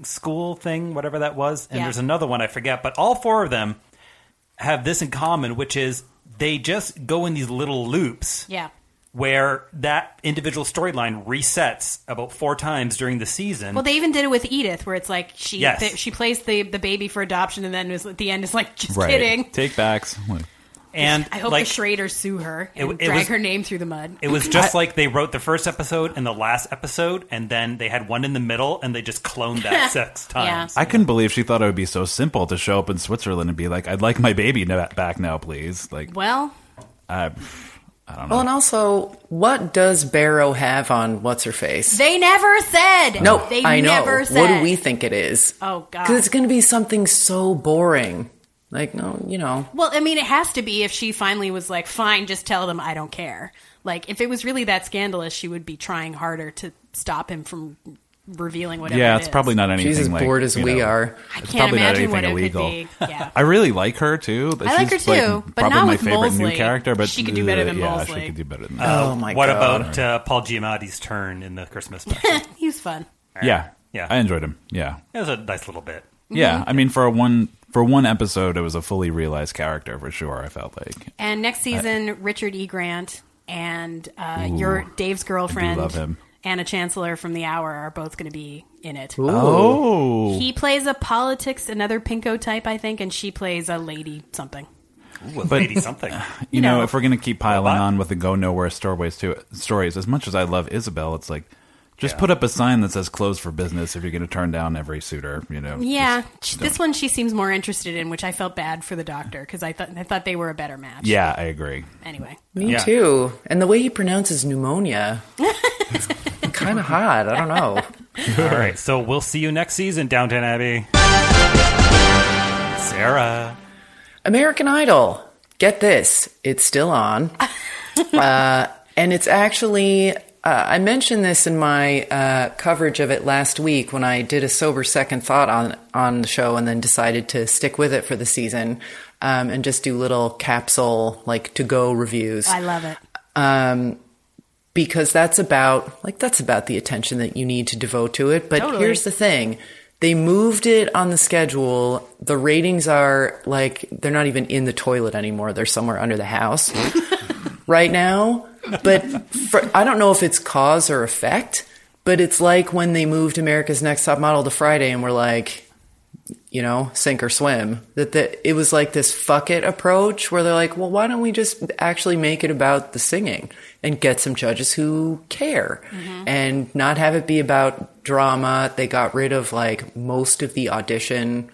Speaker 4: Ritz.
Speaker 2: school thing, whatever that was, and
Speaker 4: Yeah.
Speaker 2: there's another one I forget. But all four of them have this in common, which is they just go in these little loops
Speaker 4: yeah.
Speaker 2: where that individual storyline resets about four times during the season.
Speaker 4: Well, they even did it with Edith, where it's like she
Speaker 2: Yes.
Speaker 4: th- she placed the the baby for adoption, and then was, at the end is like, just
Speaker 5: Right.
Speaker 4: kidding.
Speaker 5: Take backs. Like,
Speaker 2: And
Speaker 4: I hope
Speaker 2: like,
Speaker 4: the Schrader sue her
Speaker 2: It
Speaker 4: and
Speaker 2: w- it
Speaker 4: drag
Speaker 2: was-
Speaker 4: her name through the mud.
Speaker 2: It was just like they wrote the first episode and the last episode, and then they had one in the middle, and they just cloned that six
Speaker 4: Yeah.
Speaker 2: times.
Speaker 5: I couldn't believe she thought it would be so simple to show up in Switzerland and be like, "I'd like my baby na- back now, please." Like,
Speaker 4: Well,
Speaker 5: I,
Speaker 3: Well, and also, what does Barrow have on what's her face?
Speaker 4: they never said.
Speaker 3: no,
Speaker 4: they
Speaker 3: Oh, I know.
Speaker 4: never said.
Speaker 3: What do we think it is?
Speaker 4: Oh, God.
Speaker 3: because it's going to be something so boring. Like, no, you know,
Speaker 4: Well, I mean, it has to be if she finally was like, "Fine, just tell them I don't care." Like, if it was really that scandalous, she would be trying harder to stop him from revealing whatever.
Speaker 5: yeah,
Speaker 4: it
Speaker 5: it's
Speaker 4: is.
Speaker 5: probably not anything.
Speaker 3: she's as
Speaker 5: like,
Speaker 3: bored as
Speaker 5: you
Speaker 3: we
Speaker 5: know,
Speaker 3: are.
Speaker 4: I
Speaker 5: it's
Speaker 4: can't
Speaker 5: probably not
Speaker 4: imagine what
Speaker 5: anything
Speaker 4: it
Speaker 5: illegal.
Speaker 4: could be. Yeah.
Speaker 5: I really like her too. She's
Speaker 4: like her too, but
Speaker 5: probably
Speaker 4: not
Speaker 5: my
Speaker 4: with
Speaker 5: favorite
Speaker 4: Molesley.
Speaker 5: new character. But
Speaker 4: She could do better
Speaker 5: uh,
Speaker 4: than
Speaker 5: yeah,
Speaker 4: Molesley.
Speaker 5: she could do better than that.
Speaker 3: oh my
Speaker 2: what
Speaker 3: god!
Speaker 2: about uh, Paul Giamatti's turn in the Christmas special?
Speaker 4: he was fun.
Speaker 5: yeah,
Speaker 2: Yeah.
Speaker 5: I enjoyed him. Yeah,
Speaker 4: Mm-hmm.
Speaker 2: it was a nice little bit.
Speaker 5: yeah. I mean, for a one for one episode, it was a fully realized character for sure. I felt like
Speaker 4: And next season, Richard E. Grant and uh, your Dave's girlfriend,
Speaker 5: love him.
Speaker 4: Anna Chancellor from The Hour, are both going to be in it.
Speaker 5: oh,
Speaker 4: He plays a politics, another pinko type, I think, and she plays a lady something.
Speaker 2: Ooh, a
Speaker 5: But-
Speaker 2: lady something.
Speaker 5: you know,
Speaker 4: know.
Speaker 5: if we're gonna keep piling
Speaker 2: Robot.
Speaker 5: on with the go nowhere stories to stories, as much as I love Isabel, it's like just put up a sign that says "closed for business" if you're gonna turn down every suitor. You know,
Speaker 4: Yeah, sh- this one she seems more interested in, which I felt bad for the doctor because I thought I thought they were a better match.
Speaker 5: yeah, I agree.
Speaker 4: Anyway,
Speaker 3: Me
Speaker 2: Yeah.
Speaker 3: too. And the way he pronounces pneumonia, kind of hot. I don't know.
Speaker 2: All right, so we'll see you next season, Downton Abbey. Sarah.
Speaker 3: American Idol. Get this, it's still on. uh, and it's actually, uh, I mentioned this in my uh, coverage of it last week when I did a sober second thought on, on the show and then decided to stick with it for the season um, and just do little capsule, like to go reviews
Speaker 4: I love it.
Speaker 3: um, because that's about like that's about the attention that you need to devote to it. But
Speaker 4: Totally.
Speaker 3: here's the thing: they moved it on the schedule. The ratings are like they're not even in the toilet anymore; they're somewhere under the house right now. But for, I don't know if it's cause or effect. But it's like when they moved America's Next Top Model to Friday, and we're like, you know, sink or swim. That the, it was like this fuck it approach where they're like, well, why don't we just actually make it about the singing and get some judges who care and not have it be about drama. They got rid of like most of the audition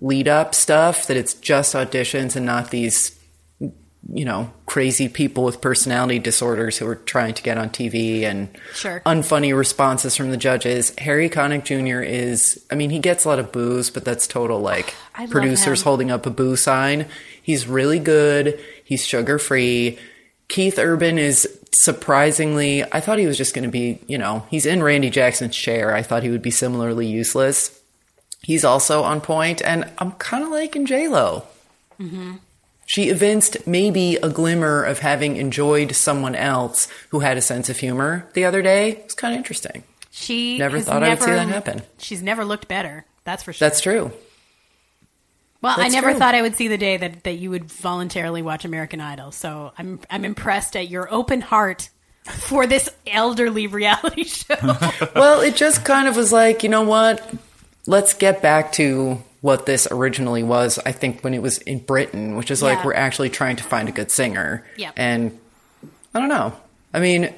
Speaker 3: lead up stuff, that it's just auditions and not these, you know, crazy people with personality disorders who are trying to get on TV and
Speaker 4: Sure.
Speaker 3: unfunny responses from the judges. Harry Connick Jr. is, I mean, he gets a lot of boos, but that's total like
Speaker 4: I love
Speaker 3: producers
Speaker 4: him.
Speaker 3: holding up a boo sign. He's really good. He's sugar free. Keith Urban is surprisingly, I thought he was just going to be, you know, he's in Randy Jackson's chair. I thought he would be similarly useless. He's also on point, and I'm kind of liking J Lo.
Speaker 4: Mm-hmm.
Speaker 3: She evinced maybe a glimmer of having enjoyed someone else who had a sense of humor the other day. It was kind of interesting.
Speaker 4: She
Speaker 3: Never
Speaker 4: has
Speaker 3: thought I would see
Speaker 4: never-
Speaker 3: that happen.
Speaker 4: She's never looked better. That's for sure.
Speaker 3: That's true.
Speaker 4: well, I
Speaker 3: that's
Speaker 4: never
Speaker 3: true.
Speaker 4: thought I would see the day that, that you would voluntarily watch American Idol. So I'm I'm impressed at your open heart for this elderly reality show.
Speaker 3: well, it just kind of was like, you know what? Let's get back to what this originally was, I think, when it was in Britain, which is like
Speaker 4: Yeah.
Speaker 3: we're actually trying to find a good singer.
Speaker 4: Yep.
Speaker 3: And I don't know. I mean,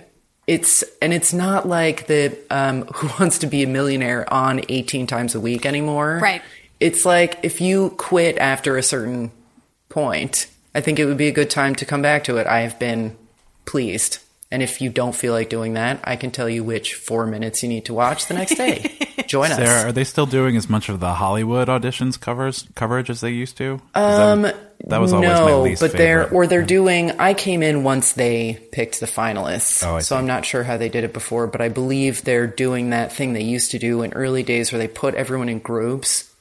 Speaker 3: it's and it's not like the um, Who Wants to Be a Millionaire on 18 times a week anymore.
Speaker 4: Right.
Speaker 3: It's like if you quit after a certain point, I think it would be a good time to come back to it. I have been pleased. And if you don't feel like doing that, I can tell you which four minutes you need to watch the next day. Join us.
Speaker 5: Sarah, are they still doing as much of the Hollywood auditions covers coverage as they used to? Um, that was always my
Speaker 3: no,
Speaker 5: least
Speaker 3: but
Speaker 5: favorite.
Speaker 3: they're or they're doing. I came in once they picked the finalists,
Speaker 5: Oh, I
Speaker 3: so
Speaker 5: see.
Speaker 3: I'm not sure how they did it before, but I believe they're doing that thing they used to do in early days where they put everyone in groups,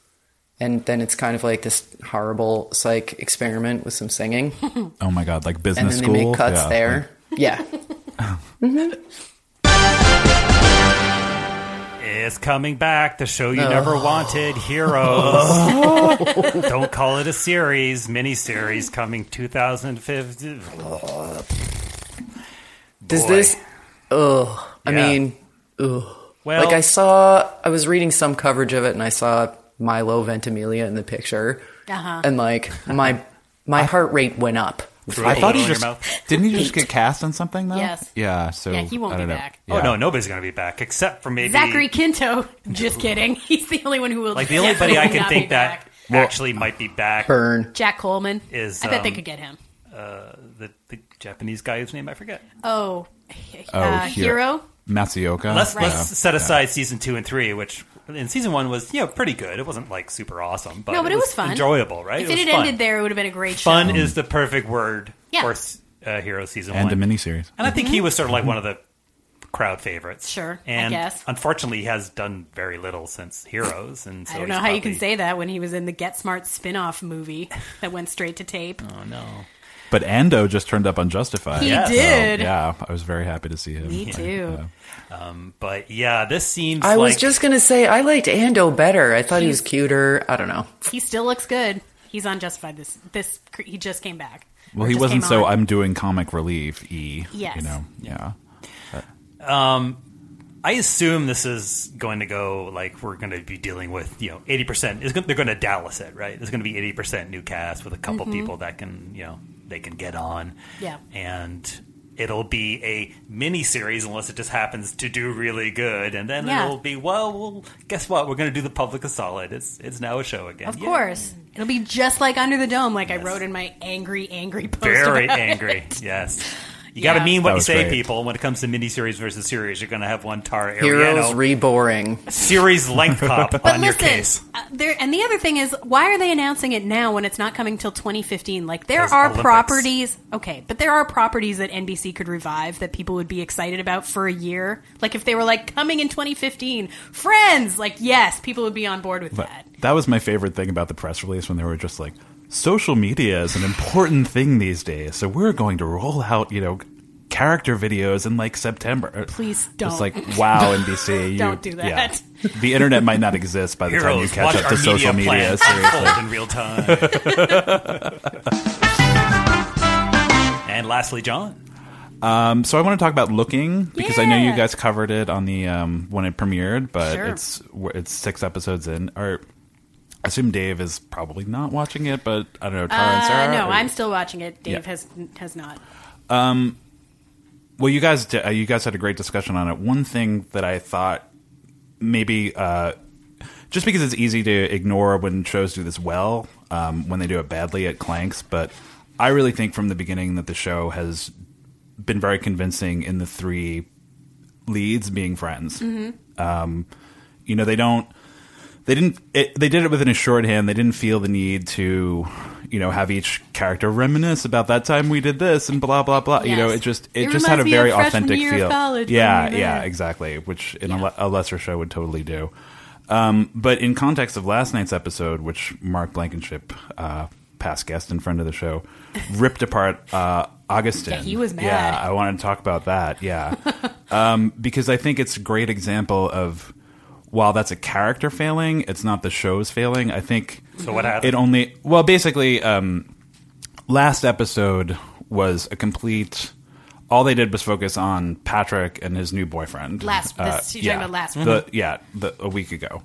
Speaker 3: and then it's kind of like this horrible psych experiment with some singing, and
Speaker 5: oh my god, like
Speaker 3: then
Speaker 5: business
Speaker 3: they
Speaker 5: school.
Speaker 3: make cuts
Speaker 5: Yeah.
Speaker 3: there. Yeah,
Speaker 2: is coming back. The show you never wanted, Heroes. Don't call it a series, miniseries coming 2015.
Speaker 3: does
Speaker 2: Boy.
Speaker 3: this? Ugh. I
Speaker 2: Yeah.
Speaker 3: mean, ugh.
Speaker 2: Well,
Speaker 3: like I saw, I was reading some coverage of it, and I saw Milo Ventimiglia in the picture,
Speaker 4: Uh-huh.
Speaker 3: and like my my heart rate went up.
Speaker 2: Threw
Speaker 5: I
Speaker 2: a
Speaker 5: thought he
Speaker 2: balloon in
Speaker 5: just
Speaker 2: your mouth.
Speaker 5: didn't he just get cast on something though.
Speaker 4: Yes.
Speaker 5: Yeah. So
Speaker 4: Yeah, he won't
Speaker 5: I don't
Speaker 4: be
Speaker 5: know.
Speaker 4: back.
Speaker 5: Yeah.
Speaker 2: Oh no, nobody's gonna be back except for maybe
Speaker 4: Zachary Quinto. Just kidding. He's the only one who will.
Speaker 2: Like the only buddy I can
Speaker 4: not be
Speaker 2: think that
Speaker 4: back.
Speaker 2: actually might be back.
Speaker 3: Burn.
Speaker 4: Jack Coleman
Speaker 2: Is,
Speaker 4: I bet they
Speaker 2: um,
Speaker 4: could get him.
Speaker 2: The, the Japanese guy whose name I forget.
Speaker 4: Oh,
Speaker 5: Oh,
Speaker 4: uh,
Speaker 5: Hero.
Speaker 4: hero.
Speaker 5: Matsuoka.
Speaker 2: Let's
Speaker 5: Oh, Yeah.
Speaker 2: let's set aside season two and three, which in season one was you know pretty good. It wasn't like super awesome, but
Speaker 4: No, but it was fun.
Speaker 2: enjoyable, right?
Speaker 4: If
Speaker 2: it
Speaker 4: it,
Speaker 2: was
Speaker 4: had
Speaker 2: fun.
Speaker 4: ended there, it would have been a great
Speaker 2: fun
Speaker 4: show.
Speaker 2: is the perfect word
Speaker 4: Yeah. Mm-hmm.
Speaker 2: for s- uh, Hero season
Speaker 5: and
Speaker 2: one.
Speaker 5: a miniseries.
Speaker 2: And I think he was sort of like one of the crowd favorites.
Speaker 4: Sure, I
Speaker 2: and
Speaker 4: guess.
Speaker 2: unfortunately, he has done very little since Heroes, and so
Speaker 4: I don't
Speaker 2: he's
Speaker 4: know how you can
Speaker 2: probably-
Speaker 4: say that when he was in the Get Smart spin-off movie that went straight to tape.
Speaker 2: Oh no,
Speaker 5: But Ando just turned up on Justified.
Speaker 4: he
Speaker 2: yeah, so,
Speaker 4: did.
Speaker 5: Yeah, I was very happy to see him.
Speaker 4: Me too.
Speaker 2: but yeah, this seems.
Speaker 3: I was
Speaker 2: like-
Speaker 3: just gonna say I liked Ando better. I thought he was cuter. I don't know.
Speaker 4: He still looks good. He's unjustified. This this he just came back.
Speaker 5: Well,
Speaker 4: Or
Speaker 5: he
Speaker 4: just
Speaker 5: wasn't
Speaker 4: came
Speaker 5: so.
Speaker 4: on.
Speaker 5: I'm doing comic relief. E.
Speaker 4: Yes.
Speaker 5: You know. Yeah.
Speaker 2: I assume this is going to go like we're going to be dealing with you know eighty percent. They're going to Dallas it right. There's going to be eighty percent new cast with a couple
Speaker 4: Mm-hmm.
Speaker 2: people that can you know they can get on.
Speaker 4: Yeah.
Speaker 2: and it'll be a mini series unless it just happens to do really good, and then
Speaker 4: Yeah.
Speaker 2: it'll be well, well. Guess what? We're going to do the public a solid. It's it's now a show again.
Speaker 4: Of
Speaker 2: Yay.
Speaker 4: course, it'll be just like Under the Dome, like I wrote in my angry, angry post.
Speaker 2: very
Speaker 4: about it.
Speaker 2: angry. Yes. You
Speaker 4: Yeah.
Speaker 2: got to mean what
Speaker 5: That
Speaker 2: you
Speaker 5: was
Speaker 2: say,
Speaker 5: great.
Speaker 2: people. When it comes to miniseries versus series, you're going to have one Tar
Speaker 3: Heroes
Speaker 2: Ariano
Speaker 3: reboring.
Speaker 2: series length cop
Speaker 4: But
Speaker 2: on your case.
Speaker 4: listen, uh, there and the other thing is, why are they announcing it now when it's not coming till 2015? Like there
Speaker 2: 'Cause
Speaker 4: are
Speaker 2: Olympics.
Speaker 4: properties, okay, but there are properties that NBC could revive that people would be excited about for a year. Like if they were like coming in 2015, Friends, like yes, people would be on board with
Speaker 5: But
Speaker 4: that.
Speaker 5: that was my favorite thing about the press release when they were just like, social media is an important thing these days, so we're going to roll out, you know, character videos in like September.
Speaker 4: Please
Speaker 5: It's
Speaker 4: don't.
Speaker 5: like, wow, NBC, you,
Speaker 4: Don't do that.
Speaker 5: yeah. The internet might not exist by the time you
Speaker 2: Heroes,
Speaker 5: catch
Speaker 2: watch our
Speaker 5: up to social media.
Speaker 2: media
Speaker 5: seriously.
Speaker 2: unfold in real time. and lastly, John.
Speaker 5: Um, so I want to talk about looking because I know you
Speaker 4: Yeah.
Speaker 5: guys covered it on the um, when it premiered, but
Speaker 4: Sure.
Speaker 5: it's it's six episodes in. Or I assume Dave is probably not watching it, but I don't know. Tara and
Speaker 4: Uh,
Speaker 5: Sarah,
Speaker 4: no,
Speaker 5: are
Speaker 4: I'm
Speaker 5: you-
Speaker 4: still watching it. Dave
Speaker 5: Yeah.
Speaker 4: has has not.
Speaker 5: Well, you guys, di- uh, you guys had a great discussion on it. One thing that I thought maybe uh, just because it's easy to ignore when shows do this well, um, when they do it badly, it clanks. But I really think from the beginning that the show has been very convincing in the three leads being friends. Um,
Speaker 4: Mm-hmm.
Speaker 5: you know, they don't. They didn't. It, they did it within a shorthand. They didn't feel the need to, you know, have each character reminisce about that time we did this and blah blah blah. You know,
Speaker 4: Yes.
Speaker 5: it just it,
Speaker 4: It
Speaker 5: just had
Speaker 4: reminds
Speaker 5: a
Speaker 4: me of
Speaker 5: very
Speaker 4: freshman
Speaker 5: authentic
Speaker 4: year of
Speaker 5: feel.
Speaker 4: college when
Speaker 5: yeah,
Speaker 4: we were
Speaker 5: yeah,
Speaker 4: there.
Speaker 5: exactly. Which in a, le- a lesser show would totally do. Um, but in context of last night's episode, which Mark Blankenship, uh, past guest and friend of the show, ripped apart uh, Augustine.
Speaker 4: Yeah, he was mad.
Speaker 5: Yeah, I wanted to talk about that. Yeah, um, because I think it's a great example of while that's a character failing, it's not the show's failing. I think
Speaker 2: So what happened?
Speaker 5: it only well basically um last episode was a complete all they did was focus on Patrick and his new boyfriend.
Speaker 4: Last- this- you're talking about last
Speaker 5: the-
Speaker 4: week.
Speaker 5: yeah, the, a week ago,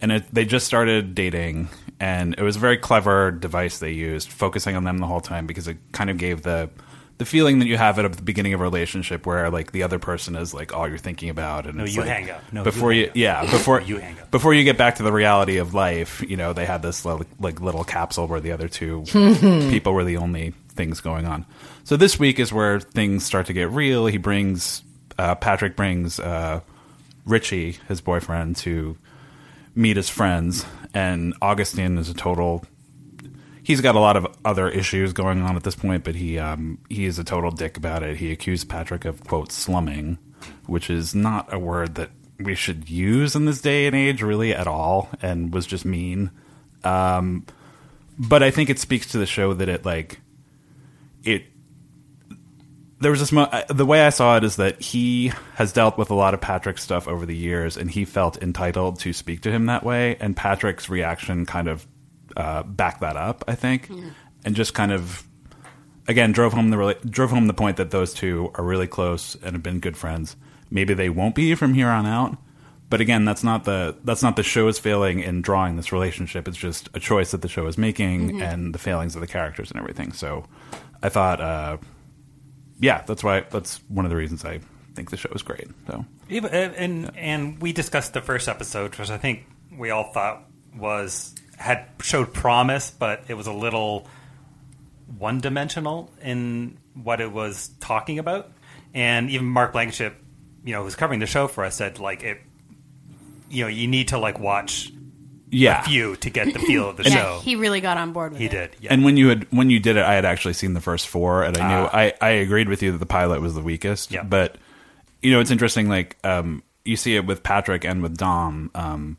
Speaker 5: and it, they just started dating, and it was a very clever device they used, focusing on them the whole time because it kind of gave the the feeling that you have at the beginning of a relationship where like the other person is like all you're thinking about, and no,
Speaker 2: you hang up. No, you
Speaker 5: before you,
Speaker 2: hang up.
Speaker 5: yeah, before
Speaker 2: You hang up.
Speaker 5: before you get back to the reality of life, you know, they had this little, like little capsule where the other two people were the only things going on. So this week is where things start to get real. He brings uh, Patrick brings uh, Richie, his boyfriend, to meet his friends, and Augustine is a total. He's got a lot of other issues going on at this point, but he um, he is a total dick about it. He accused Patrick of quote slumming, which is not a word that we should use in this day and age really at all, and was just mean. Um, but I think it speaks to the show that it like it there was this mo- I- the way I saw it is that he has dealt with a lot of Patrick's stuff over the years, and he felt entitled to speak to him that way. And Patrick's reaction kind of uh, backed that up, I think, and just kind of again drove home the rela- drove home the point that those two are really close and have been good friends. Maybe they won't be from here on out, But again, that's not the that's not the show's failing in drawing this relationship. It's just a choice that the show is making
Speaker 6: Mhm.
Speaker 5: and the failings of the characters and everything. So, I thought, uh, yeah, that's why that's one of the reasons I think the show is great. So,
Speaker 2: Even- and and, and we discussed the first episode, which I think we all thought was had showed promise, but it was a little one dimensional in what it was talking about. And even Mark Blankenship, you know, who's covering the show for us, said like it, you know, you need to like watch
Speaker 5: Yeah.
Speaker 2: a few to get the feel of the
Speaker 5: And-
Speaker 2: show.
Speaker 4: He really got on board with
Speaker 2: He
Speaker 4: it.
Speaker 2: did.
Speaker 5: And when you had when you did it, I had actually seen the first four, and I knew
Speaker 2: Ah.
Speaker 5: I, I agreed with you that the pilot was the weakest.
Speaker 2: Yeah.
Speaker 5: But you know, it's interesting. Like um, you see it with Patrick and with Dom. Um,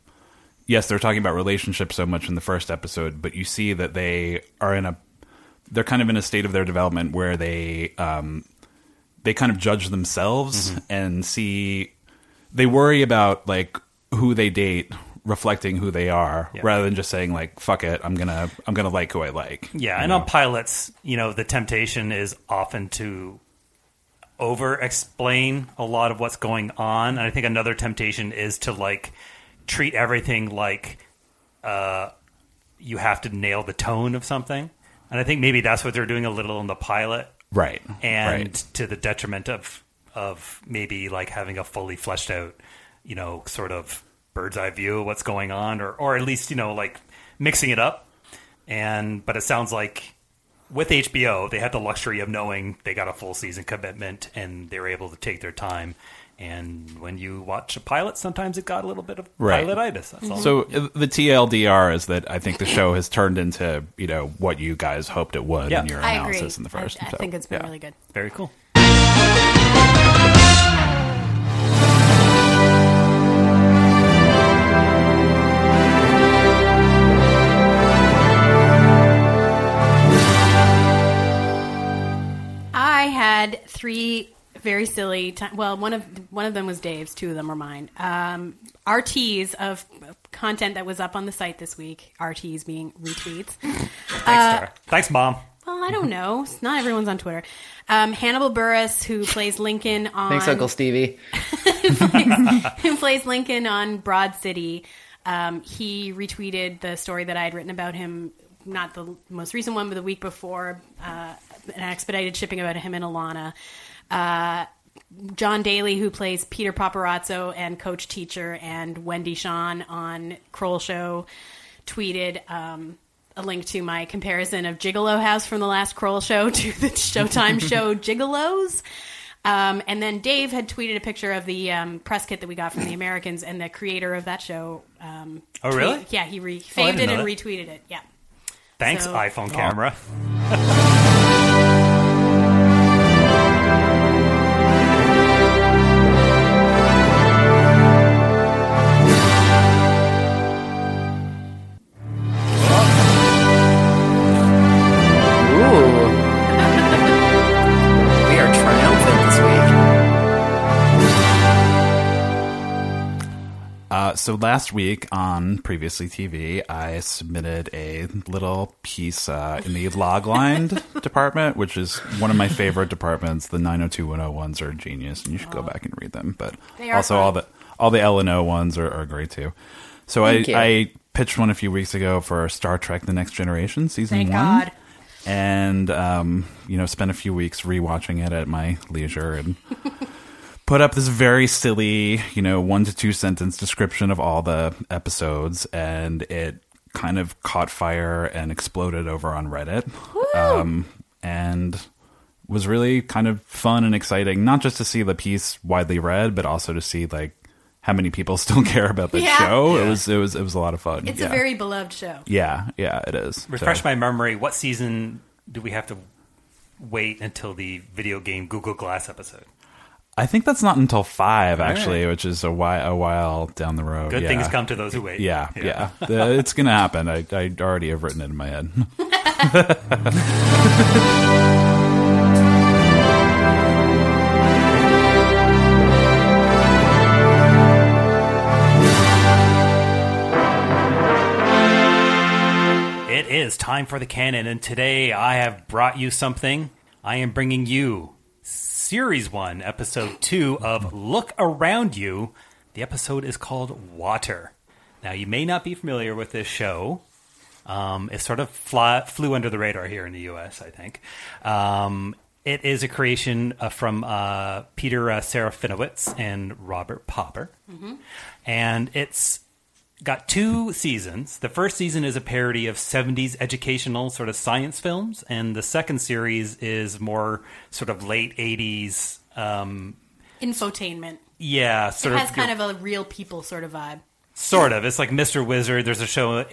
Speaker 5: yes, they're talking about relationships so much in the first episode, but you see that they are in a they're kind of in a state of their development where they um, they kind of judge themselves
Speaker 2: Mm-hmm.
Speaker 6: Mhm.
Speaker 5: and see they worry about like who they date reflecting who they are rather than just saying like fuck it i'm gonna i'm gonna like who i like
Speaker 2: Yeah,
Speaker 5: you
Speaker 2: and
Speaker 5: know?
Speaker 2: on pilots, you know, the temptation is often to over explain a lot of what's going on. And I think another temptation is to like treat everything like uh, you have to nail the tone of something. And I think maybe that's what they're doing a little in the pilot.
Speaker 5: Right,
Speaker 2: And
Speaker 5: right.
Speaker 2: to the detriment of of maybe like having a fully fleshed out, you know, sort of bird's eye view of what's going on or or at least, you know, like mixing it up. And but it sounds like with HBO, they had the luxury of knowing they got a full season commitment and they were able to take their time. And when you watch a pilot, sometimes it got a little bit of pilotitis. That's all.
Speaker 5: So uh, the TLDR is that I think the show has turned into you know what you guys hoped it would in your
Speaker 4: I agree.
Speaker 5: analysis in the first.
Speaker 4: I, I
Speaker 5: so,
Speaker 4: think it's been
Speaker 5: yeah.
Speaker 4: really good.
Speaker 2: Very cool.
Speaker 4: I had three very silly. Ti- well, one of one of them was Dave's. Two of them were mine. Um, RTs of content that was up on the site this week. RTs being retweets.
Speaker 2: Thanks,
Speaker 4: Uh,
Speaker 2: Tara. Thanks, Mom.
Speaker 4: well, I don't know. It's Not everyone's on Twitter. Um, Hannibal Burris, who plays Lincoln on
Speaker 3: Thanks, Uncle Stevie.
Speaker 4: who plays Lincoln on Broad City. Um, he retweeted the story that I had written about him, not the most recent one, but the week before, uh, an expedited shipping about him and Alana. Uh, John Daly, who plays Peter Paparazzo and coach teacher, and Wendy Shawn on Kroll Show, tweeted um, a link to my comparison of Gigolo House from the last Kroll Show to the Showtime show Gigolos. Um, and then Dave had tweeted a picture of the um, press kit that we got from the Americans, and the creator of that show. Um,
Speaker 2: Oh, really?
Speaker 4: tweet- yeah, he re-
Speaker 2: Oh, I
Speaker 4: faved
Speaker 2: didn't
Speaker 4: it
Speaker 2: know
Speaker 4: and
Speaker 2: that.
Speaker 4: retweeted it. Yeah.
Speaker 2: Thanks,
Speaker 4: So-
Speaker 2: iPhone
Speaker 4: Aw.
Speaker 2: camera.
Speaker 3: We are triumphant this week.
Speaker 5: Uh, so last week on previously TV, I submitted a little piece uh, in the logline department, which is one of my favorite departments. The 90210s are genius, and you should go back and read them. But
Speaker 6: Oh. They are
Speaker 5: also
Speaker 6: fun.
Speaker 5: all the all the L and O ones are, are great too. So I,
Speaker 6: Thank you.
Speaker 5: I pitched one a few weeks ago for Star Trek: The Next Generation season
Speaker 6: Thank
Speaker 5: one.
Speaker 6: God.
Speaker 5: And um, you know, spent a few weeks rewatching it at my leisure and put up this very silly, you know, one to two sentence description of all the episodes, and it kind of caught fire and exploded over on Reddit. Um, and was really kind of fun and exciting, not just to see the piece widely read, but also to see like how many people still care about the
Speaker 4: Yeah.
Speaker 5: show. It
Speaker 2: Yeah.
Speaker 5: was it was it was a lot of fun.
Speaker 4: It's
Speaker 5: yeah.
Speaker 4: a very beloved show.
Speaker 5: yeah yeah it is.
Speaker 2: Refresh
Speaker 5: So-
Speaker 2: my memory. What season do we have to wait until the video game Google Glass episode?
Speaker 5: I think that's not until five,
Speaker 2: All
Speaker 5: actually, which is a while, a while down the road.
Speaker 2: Good
Speaker 5: Oh, yeah.
Speaker 2: things come to those who wait.
Speaker 5: Yeah,
Speaker 2: Yeah.
Speaker 5: yeah. The- it's going to happen. I, I already have written it in my head.
Speaker 2: It is time for the canon, and today I have brought you something. I am bringing you Series 1, Episode 2 of Look Around You The episode is called Water. Now, you may not be familiar with this show. Um, it sort of fly, flew under the radar here in the U.S., I think. Um, it is a creation uh, from uh, Peter uh, Serafinowicz and Robert Popper. And it's got two seasons. The first season is a parody of 70s educational sort of science films, and the second series is more sort of late 80s. Um,
Speaker 4: Infotainment.
Speaker 2: yeah, sort
Speaker 4: it
Speaker 2: of
Speaker 4: has kind of a real people sort of vibe.
Speaker 2: sort of. It's like Mr. Wizard. There's a show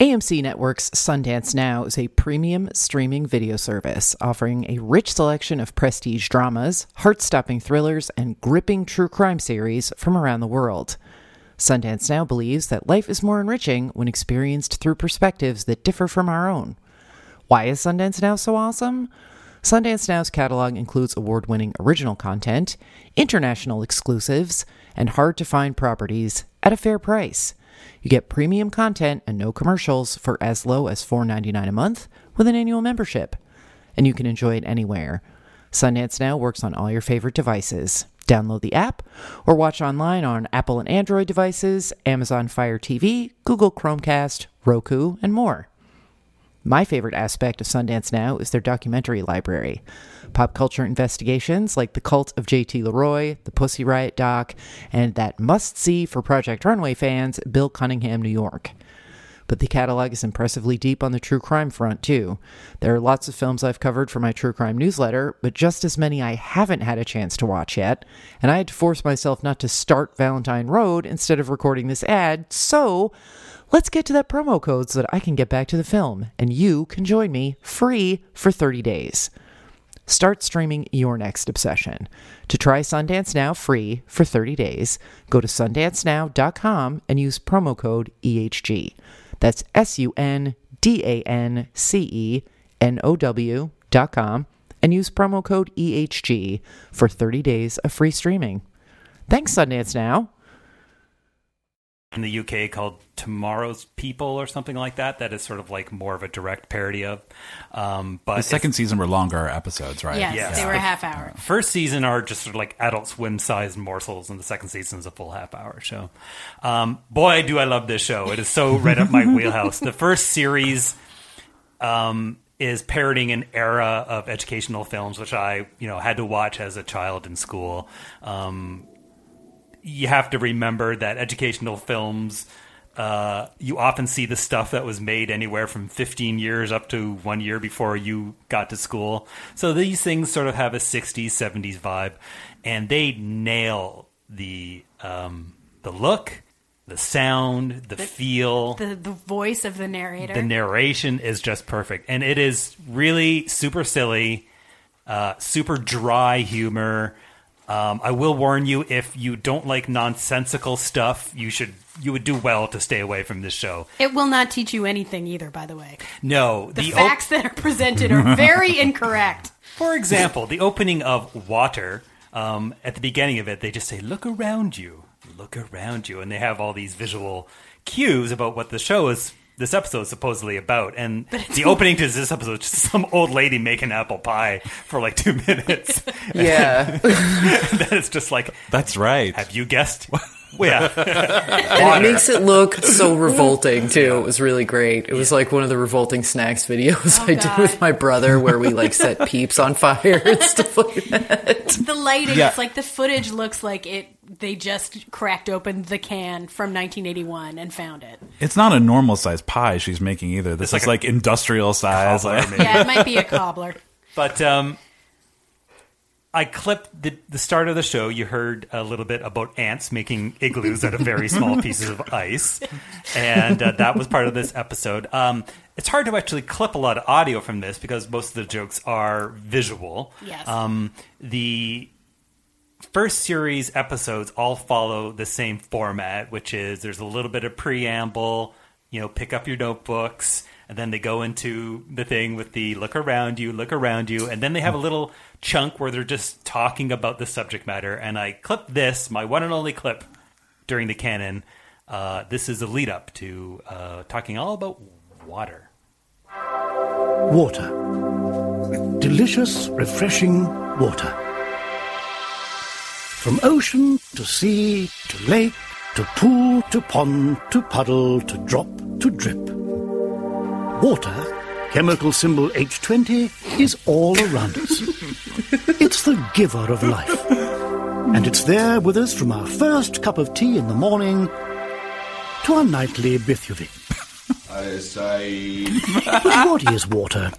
Speaker 3: AMC Network's Sundance Now is a premium streaming video service offering a rich selection of prestige dramas, heart stopping thrillers, and gripping true crime series from around the world. Sundance Now believes that life is more enriching when experienced through perspectives that differ from our own. Why is Sundance Now so awesome? Sundance Now's catalog includes award winning original content, international exclusives, and hard to find properties at a fair price. You get premium content and no commercials for as low as $4.99 a month with an annual membership. And you can enjoy it anywhere. Sundance Now works on all your favorite devices. Download the app or watch online on Apple and Android devices, Amazon Fire TV, Google Chromecast, Roku, and more. My favorite aspect of Sundance Now is their documentary library. Pop culture investigations like The Cult of JT Leroy, The Pussy Riot Doc, and that must see for Project Runway fans, Bill Cunningham, New York. But the catalog is impressively deep on the true crime front, too. There are lots of films I've covered for my true crime newsletter, but just as many I haven't had a chance to watch yet, and I had to force myself not to start Valentine Road instead of recording this ad, so let's get to that promo code so that I can get back to the film, and you can join me free for 30 days. Start streaming your next obsession. To try Sundance Now free for 30 days, go to sundancenow.com and use promo code EHG. That's S U N D A N C E N O W dot com and use promo code EHG for 30 days of free streaming. Thanks, Sundance Now.
Speaker 2: in the UK called Tomorrow's People or something like that. That is sort of like more of a direct parody of. Um, but
Speaker 5: The second season were longer episodes, right?
Speaker 4: Yes,
Speaker 2: Yes.
Speaker 4: they were a half hour.
Speaker 2: first season are just sort of like adult swim sized morsels, and the second season is a full half hour show. Um, boy, do I love this show! It is so right up my wheelhouse. The first series um, is parodying an era of educational films, which I you know had to watch as a child in school. Um, you have to remember that educational films. Uh, you often see the stuff that was made anywhere from 15 years up to one year before you got to school. So these things sort of have a 60s, 70s vibe, and they nail the um, the look, the sound, the, feel
Speaker 4: The the voice of the narrator.
Speaker 2: the narration is just perfect and it is really super silly uh, super dry humor um, i will warn you if you don't like nonsensical stuff you should you would do well to stay away from this show
Speaker 4: it will not teach you anything either, by the way.
Speaker 2: no
Speaker 4: The,
Speaker 2: op-
Speaker 4: facts that are presented are very incorrect.
Speaker 2: For example, the opening of Water, um, at the beginning of it, they just say, Look around you, look around you. And they have all these visual cues about what the show is, this episode is supposedly about. And the opening to this episode is just some old lady making apple pie for like two minutes.
Speaker 7: Yeah.
Speaker 2: and then it's just like,
Speaker 5: That's right.
Speaker 2: Have you guessed? yeah.
Speaker 7: And it makes it look so revolting too. It was really great. It was like one of the revolting snacks videos I did
Speaker 4: God.
Speaker 7: with my brother where we like set peeps on fire and stuff like that.
Speaker 4: The lighting,
Speaker 5: Yeah.
Speaker 4: it's like the footage looks like it. They just cracked open the can from 1981 and found it.
Speaker 5: It's not a normal size pie she's making either. This
Speaker 2: It's
Speaker 5: is
Speaker 2: like
Speaker 5: like industrial size. like-
Speaker 4: Yeah, it might be a cobbler.
Speaker 2: But um, I clipped the, the start of the show. You heard a little bit about ants making igloos out of very small pieces of ice, and uh, that was part of this episode. Um, it's hard to actually clip a lot of audio from this because most of the jokes are visual.
Speaker 4: Yes.
Speaker 2: Um, the first series episodes all follow the same format, which is there's a little bit of preamble, you know, pick up your notebooks, and then they go into the thing with the look around you, look around you, and then they have a little chunk where they're just talking about the subject matter. And I clip this, my one and only clip during the canon. Uh, this is a lead up to uh, talking all about water.
Speaker 1: Water. Delicious, refreshing water. From ocean to sea to lake To pool, to pond, to puddle, to drop, to drip. Water, chemical symbol H20, is all around us. it's the giver of life. And it's there with us from our first cup of tea in the morning to our nightly Bithuvik.
Speaker 8: I say.
Speaker 1: But what is water?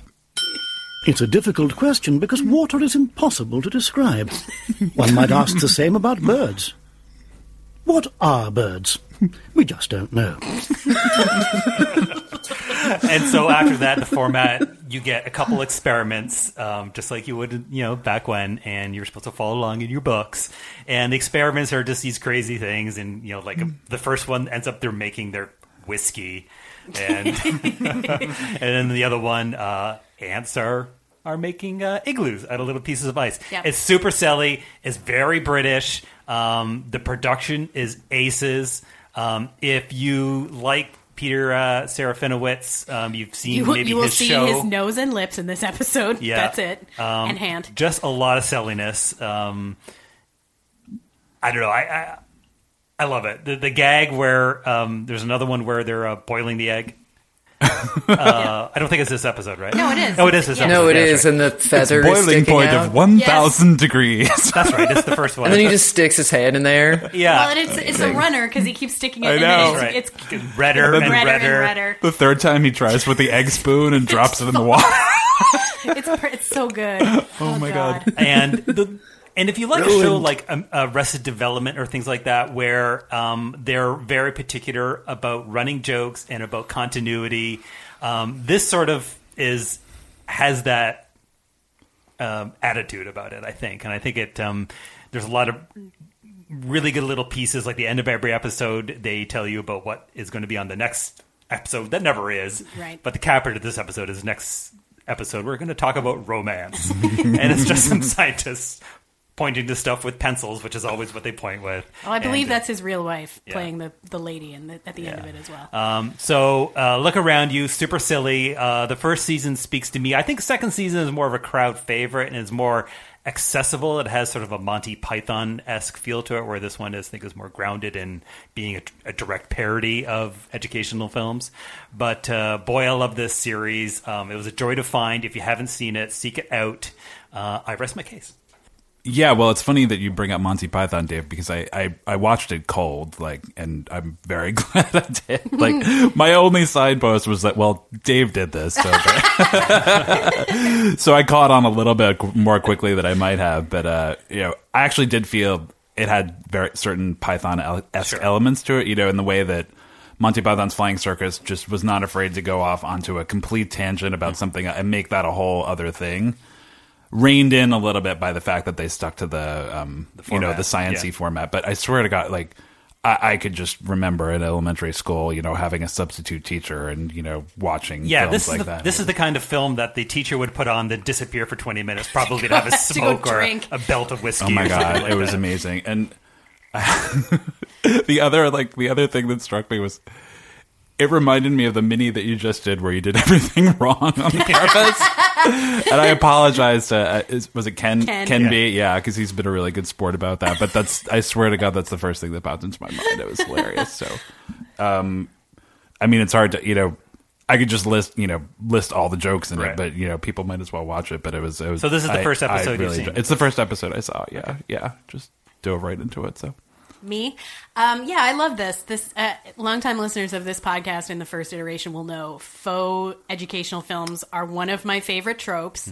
Speaker 1: It's a difficult question because water is impossible to describe. One might ask the same about birds. What are birds? We just don't know.
Speaker 2: and so after that, the format you get a couple experiments, um, just like you would, you know, back when, and you're supposed to follow along in your books. And the experiments are just these crazy things, and you know, like the first one ends up they're making their whiskey, and and then the other one, uh, ants are are making uh, igloos out of little pieces of ice.
Speaker 4: Yeah.
Speaker 2: It's super silly. It's very British. Um, the production is aces. Um, if you like Peter uh, Serafinowicz, um, you've seen
Speaker 4: You, will-
Speaker 2: maybe
Speaker 4: you will
Speaker 2: his
Speaker 4: see
Speaker 2: show.
Speaker 4: his nose and lips in this episode.
Speaker 2: Yeah.
Speaker 4: That's it.
Speaker 2: Um,
Speaker 4: and hand.
Speaker 2: Just a lot of silliness. Um, I don't know. I I, I love it. The, the gag where um, there's another one where they're uh, boiling the egg. uh, I don't think it's this episode, right?
Speaker 4: No, it is.
Speaker 2: Oh, it is this episode.
Speaker 3: No, it
Speaker 2: That's
Speaker 3: is,
Speaker 2: right.
Speaker 3: and the feather is
Speaker 5: Boiling
Speaker 3: sticking
Speaker 5: point
Speaker 3: out.
Speaker 5: of 1,000 degrees.
Speaker 2: That's right. It's the first one.
Speaker 3: and then he just sticks his head in there.
Speaker 2: yeah.
Speaker 4: Well, and it's, it's a runner because he keeps sticking it
Speaker 5: I
Speaker 4: in
Speaker 5: know.
Speaker 2: That's
Speaker 4: and
Speaker 2: right.
Speaker 4: it's, it's
Speaker 2: redder and
Speaker 4: redder
Speaker 2: redder.
Speaker 4: and redder.
Speaker 5: the third time he tries with the egg spoon and drops it in the water.
Speaker 4: It's, pr- it's so good. Oh,
Speaker 5: Oh my God.
Speaker 2: and the and if you like a show like um, Arrested Development or things like that, where um, they're very particular about running jokes and about continuity, um, this sort of is has that um, attitude about it. I think, and I think it. Um, there's a lot of really good little pieces. Like the end of every episode, they tell you about what is going to be on the next episode. That never is.
Speaker 4: Right.
Speaker 2: But the capper to this episode is next episode. We're going to talk about romance, and it's just some scientists pointing to stuff with pencils, which is always what they point with.
Speaker 4: Oh, I believe
Speaker 2: And, uh,
Speaker 4: that's his real wife
Speaker 2: yeah.
Speaker 4: playing the, the lady in the, at the end of it as well.
Speaker 2: Um, so uh, look around you, super silly. Uh, the first season speaks to me. I think second season is more of a crowd favorite and is more accessible. It has sort of a Monty Python esque feel to it, where this one is, I think, is more grounded in being a, a direct parody of educational films. But uh, boy, I love this series. Um, it was a joy to find. If you haven't seen it, seek it out. Uh, I rest my case.
Speaker 5: Yeah, well, it's funny that you bring up Monty Python, Dave, because I, I, I watched it cold, like, and I'm very glad I did. Like, my only side post was that, well, Dave did this, so, so I caught on a little bit qu- more quickly than I might have. But uh, you know, I actually did feel it had very certain Python esque elements to it. You know, in the way that Monty Python's Flying Circus just was not afraid to go off onto a complete tangent about
Speaker 2: Mm-hmm.
Speaker 5: something and make that a whole other thing reined in a little bit by the fact that they stuck to the, um, you know
Speaker 2: format,
Speaker 5: the sciency
Speaker 2: yeah.
Speaker 5: format. But I swear to God, like I, I could just remember in elementary school, you know, having a substitute teacher and you know watching
Speaker 2: Yeah,
Speaker 5: films
Speaker 2: this is
Speaker 5: like
Speaker 2: the,
Speaker 5: that.
Speaker 2: this is the kind of film that the teacher would put on, then disappear for twenty minutes, probably to have a
Speaker 4: To go
Speaker 2: smoke or a,
Speaker 4: drink.
Speaker 2: a belt of whiskey.
Speaker 5: Oh my
Speaker 2: or something
Speaker 5: god,
Speaker 2: like
Speaker 5: it was
Speaker 2: that.
Speaker 5: amazing. And the other like the other thing that struck me was it reminded me of the mini that you just did where you did everything wrong on purpose. and I apologize to uh, is, was it Ken
Speaker 4: Ken.
Speaker 5: Ken B? Yeah, cuz he's been a really good sport about that. But that's I swear to god that's the first thing that popped into my mind. It was hilarious. So I mean, it's hard to you know. I could just list you know list all the jokes in
Speaker 2: Right.
Speaker 5: it, but you know people might as well watch it. But it was it was.
Speaker 2: So this is the
Speaker 5: I-
Speaker 2: first
Speaker 5: I
Speaker 2: episode you've
Speaker 5: really
Speaker 2: seen?
Speaker 5: enjoyed- It's the first episode I saw. Yeah, yeah. Just dove right into it. So
Speaker 4: Me? Um, yeah, I love this. This uh, longtime listeners of this podcast in the first iteration will know faux educational films are one of my favorite tropes.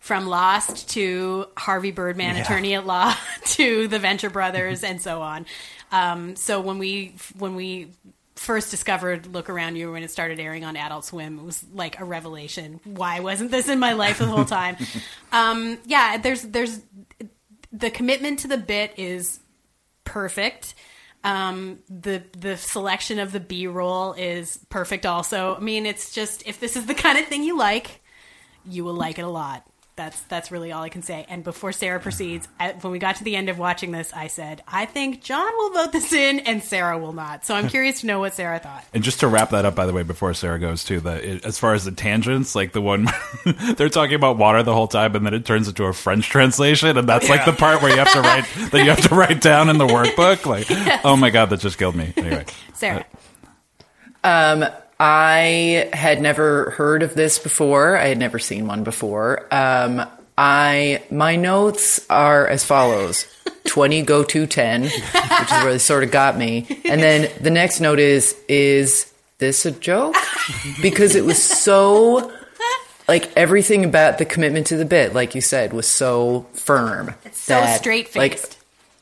Speaker 4: From Lost to Harvey Birdman, Attorney at Law, to The Venture Brothers, and so on. Um, so when we when we first discovered Look Around You when it started airing on Adult Swim, it was like a revelation. Why wasn't this in my life the whole time? um, yeah, there's there's the commitment to the bit is perfect. Um, the the selection of the B roll is perfect. Also, I mean, it's just if this is the kind of thing you like, you will like it a lot. that's that's really all I can say. And before Sarah proceeds, I, when we got to the end of watching this, I said, "I think John will vote this in, and Sarah will not." So I'm curious to know what Sarah thought.
Speaker 5: And just to wrap that up, by the way, before Sarah goes to the it, as far as the tangents, like the one they're talking about water the whole time, and then it turns into a French translation, and that's like the part where you have to write that you have to write down in the workbook. Like, oh my god, that just killed me. Anyway,
Speaker 4: Sarah,
Speaker 7: Um, I had never heard of this before. I had never seen one before. Um, I my notes are as follows: twenty go to ten, which is where they sort of got me, and then the next note is is this a joke? Because it was so like everything about the commitment to the bit, like you said, was so firm. It's
Speaker 4: so straight-faced.
Speaker 7: Like,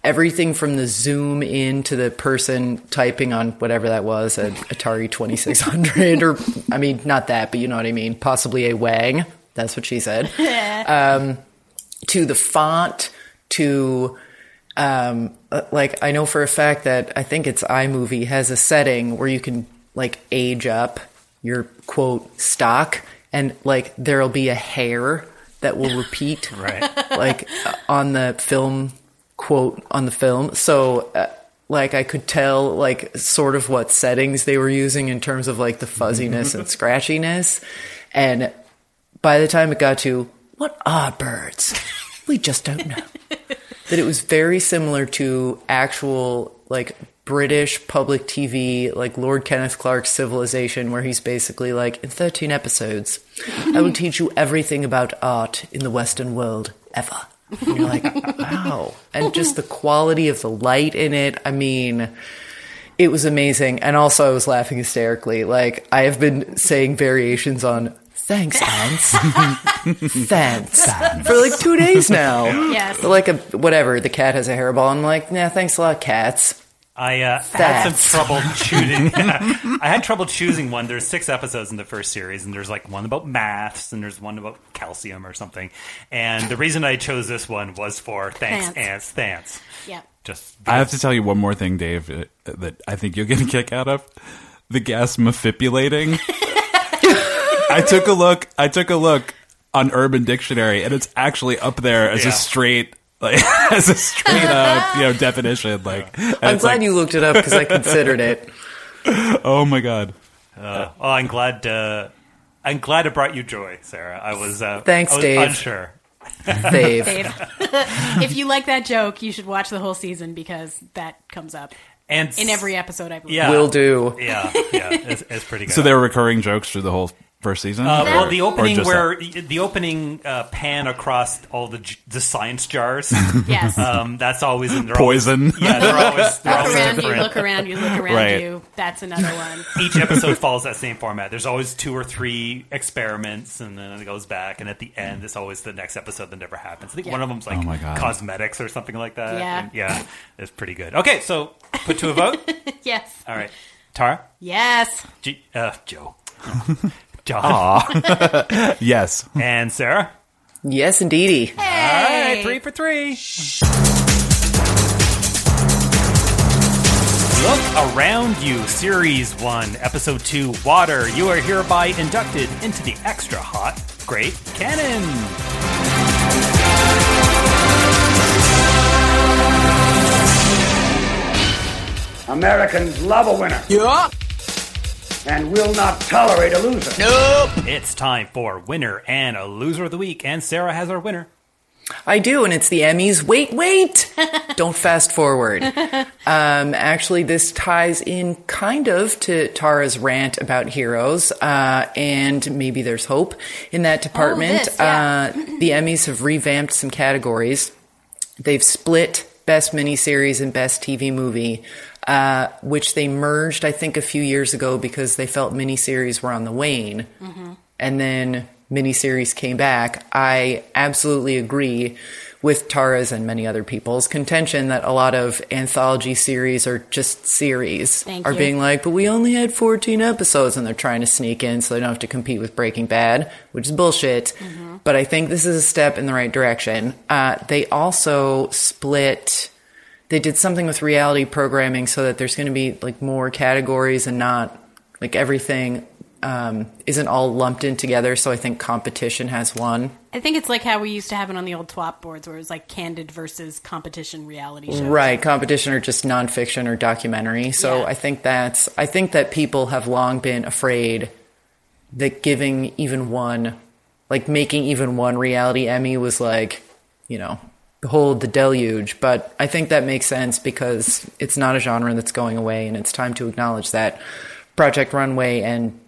Speaker 7: everything from the zoom in to the person typing on whatever that was an atari 2600 or i mean not that but you know what i mean possibly a wang that's what she said um, to the font to um, uh, like i know for a fact that i think it's imovie has a setting where you can like age up your quote stock and like there'll be a hair that will repeat
Speaker 2: Right.
Speaker 7: like uh, on the film quote on the film so uh, like i could tell like sort of what settings they were using in terms of like the fuzziness and scratchiness and by the time it got to what are birds we just don't know that it was very similar to actual like British public TV, like Lord Kenneth Clark's Civilization, where he's basically like, in 13 episodes, I will teach you everything about art in the Western world ever. And you're like, wow. And just the quality of the light in it. I mean, it was amazing. And also, I was laughing hysterically. Like, I have been saying variations on thanks, ants. thanks. For like two days now.
Speaker 4: Yes.
Speaker 7: Like a whatever, the cat has a hairball. I'm like, nah, thanks a lot, cats.
Speaker 2: I uh, had
Speaker 7: Facts.
Speaker 2: some trouble choosing. I had trouble choosing one. There's six episodes in the first series, and there's like one about maths, and there's one about calcium or something. And the reason I chose this one was for thanks, ants, thanks.
Speaker 4: yeah.
Speaker 2: Just
Speaker 5: I have to tell you one more thing, Dave, uh, that I think you'll get a kick out of the gas mafipulating. I took a look. I took a look on Urban Dictionary, and it's actually up there as
Speaker 2: Yeah.
Speaker 5: a straight, like as a straight up, you know, definition. Like, and
Speaker 7: I'm
Speaker 5: it's
Speaker 7: glad
Speaker 5: like,
Speaker 7: you looked it up because I considered it.
Speaker 5: Oh my god.
Speaker 2: Uh, oh, I'm glad. Uh, I'm glad it brought you joy, Sarah. I was. Uh,
Speaker 7: Thanks,
Speaker 2: I was
Speaker 7: Dave.
Speaker 2: Unsure.
Speaker 7: Dave.
Speaker 4: if you like that joke, you should watch the whole season because that comes up
Speaker 2: And
Speaker 4: in every episode, I believe.
Speaker 2: yeah,
Speaker 7: Will do.
Speaker 2: Yeah, yeah, it's, it's pretty good.
Speaker 5: So there were recurring jokes through the whole first season.
Speaker 2: Uh, well,
Speaker 5: Or-
Speaker 2: the
Speaker 5: or
Speaker 2: opening
Speaker 5: just
Speaker 2: where
Speaker 5: that?
Speaker 2: the opening uh, pan across all the j- the science jars.
Speaker 4: Yes.
Speaker 2: um, that's always in there.
Speaker 5: poison.
Speaker 2: Yeah, they're always, they're
Speaker 4: Look
Speaker 2: always
Speaker 4: around you,
Speaker 2: different.
Speaker 4: look around you, look around
Speaker 5: Right.
Speaker 4: you. That's another one.
Speaker 2: Each episode follows that same format. There's always two or three experiments, and then it goes back. And at the end, it's always the next episode that never happens. I think
Speaker 4: Yeah.
Speaker 2: one of them's like
Speaker 5: Oh my God.
Speaker 2: cosmetics or something like that.
Speaker 4: Yeah.
Speaker 2: And yeah, it's pretty good. Okay, so put to a vote.
Speaker 4: Yes.
Speaker 2: All right, Tara,
Speaker 4: Yes.
Speaker 2: G- uh, Joe, John,
Speaker 5: Yes.
Speaker 2: and Sarah.
Speaker 7: Yes, indeedy.
Speaker 2: All right, three for three. Look Around You, Series 1, Episode 2, Water. You are hereby inducted into the extra hot Great Cannon.
Speaker 9: Americans love a winner. Yeah. And will not tolerate a loser.
Speaker 2: It's time for Winner and a Loser of the Week, and Sarah has our winner.
Speaker 7: I do, and it's the Emmys. Wait, wait! Don't fast forward. Um, actually, this ties in kind of to Tara's rant about heroes, uh, and maybe there's hope in that department.
Speaker 4: Oh, this, yeah.
Speaker 7: uh, the Emmys have revamped some categories. They've split best miniseries and best TV movie, uh, which they merged, I think, a few years ago because they felt miniseries were on the wane. And then miniseries came back. I absolutely agree with Tara's and many other people's contention that a lot of anthology series or just series
Speaker 4: Thank
Speaker 7: are
Speaker 4: you.
Speaker 7: being like, but we only had 14 episodes and they're trying to sneak in so they don't have to compete with Breaking Bad, which is bullshit.
Speaker 4: Mm-hmm.
Speaker 7: But I think this is a step in the right direction. Uh, they also split, they did something with reality programming so that there's going to be like more categories and not like everything
Speaker 3: um, isn't all lumped in together. So I think competition has one.
Speaker 4: I think it's like how we used to have it on the old twop boards, where it was like candid versus competition reality shows.
Speaker 3: Right, competition or just nonfiction or documentary. So
Speaker 4: Yeah.
Speaker 3: I think that's I think that people have long been afraid that giving even one, like making even one reality Emmy was like, you know, behold the deluge. But I think that makes sense because it's not a genre that's going away, and it's time to acknowledge that Project Runway and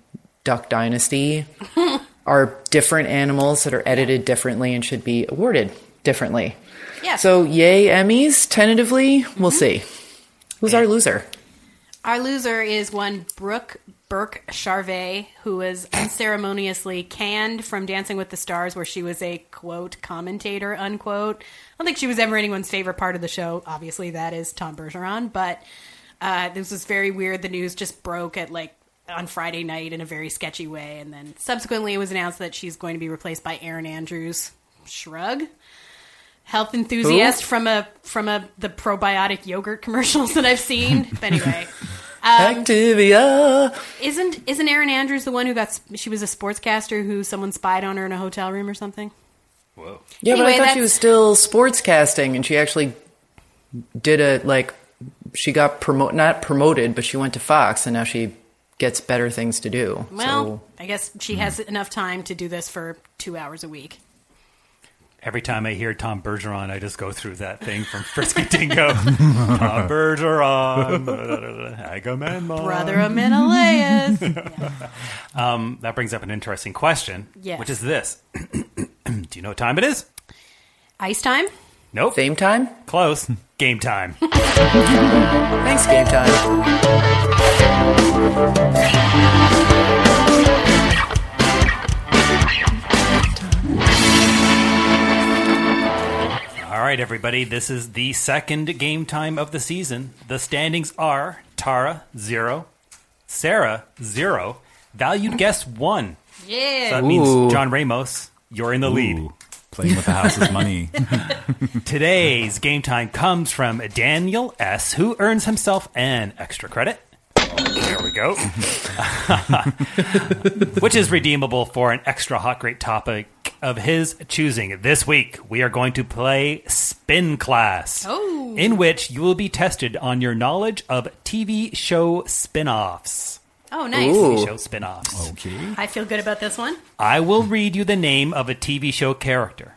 Speaker 3: Duck Dynasty are different animals that are edited differently and should be awarded differently.
Speaker 4: Yeah.
Speaker 3: So, yay, Emmys, tentatively. We'll see. Who's our loser?
Speaker 4: Our loser is one Brooke Burke Charvet, who was unceremoniously canned from Dancing with the Stars, where she was a quote commentator unquote. I don't think she was ever anyone's favorite part of the show. Obviously, that is Tom Bergeron, but uh, this was very weird. The news just broke at like on Friday night in a very sketchy way, and then subsequently it was announced that she's going to be replaced by Erin Andrews. Shrug health enthusiast from a from a the probiotic yogurt commercials that I've seen. But anyway,
Speaker 3: Activia.
Speaker 4: isn't isn't Erin Andrews the one who got s- she was a sportscaster who someone spied on her in a hotel room or something?
Speaker 3: Yeah, but
Speaker 4: Anyway,
Speaker 3: I thought she
Speaker 4: that's-
Speaker 3: was still sportscasting and she actually did a, like, she got promoted, not promoted, but she went to Fox and now she gets better things to do.
Speaker 4: Well, I guess she has enough time to do this for two hours a week.
Speaker 2: Every time I hear Tom Bergeron, I just go through that thing from Frisky Dingo. Tom Bergeron, Agamemnon.
Speaker 4: Brother Menelaus.
Speaker 2: Um, that brings up an interesting question,
Speaker 4: Yes.
Speaker 2: which is this. Do you know what time it is?
Speaker 4: Ice time.
Speaker 2: Nope.
Speaker 3: so, fame time?
Speaker 2: Close. Game time.
Speaker 3: Thanks, game time.
Speaker 2: All right, everybody. This is the second game time of the season. The standings are Tara, zero. Sarah, zero. Valued guest, one.
Speaker 4: Yeah.
Speaker 2: So that means
Speaker 5: Ooh.
Speaker 2: John Ramos, you're in the lead.
Speaker 5: Ooh, playing with the house's money.
Speaker 2: Today's game time comes from Daniel S., who earns himself an extra credit. There we go. Which is redeemable for an extra hot, great topic of his choosing. This week, we are going to play Spin Class,
Speaker 4: Oh.
Speaker 2: in which you will be tested on your knowledge of TV show spin offs.
Speaker 4: Oh, nice.
Speaker 3: Ooh.
Speaker 2: Show spin offs.
Speaker 4: I feel good about this one.
Speaker 2: I will read you the name of a TV show character.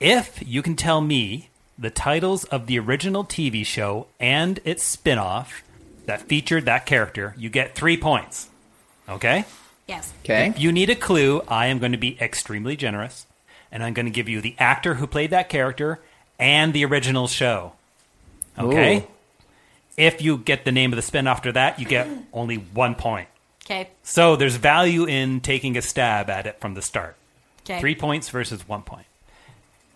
Speaker 2: If you can tell me the titles of the original TV show and its spin off that featured that character, you get three points. Okay?
Speaker 4: Yes.
Speaker 3: Okay.
Speaker 2: If you need a clue, I am going to be extremely generous and I'm going to give you the actor who played that character and the original show. Okay?
Speaker 3: Ooh.
Speaker 2: If you get the name of the spin after that, you get only one point.
Speaker 4: Okay.
Speaker 2: So there's value in taking a stab at it from the start.
Speaker 4: Okay.
Speaker 2: Three points versus one point.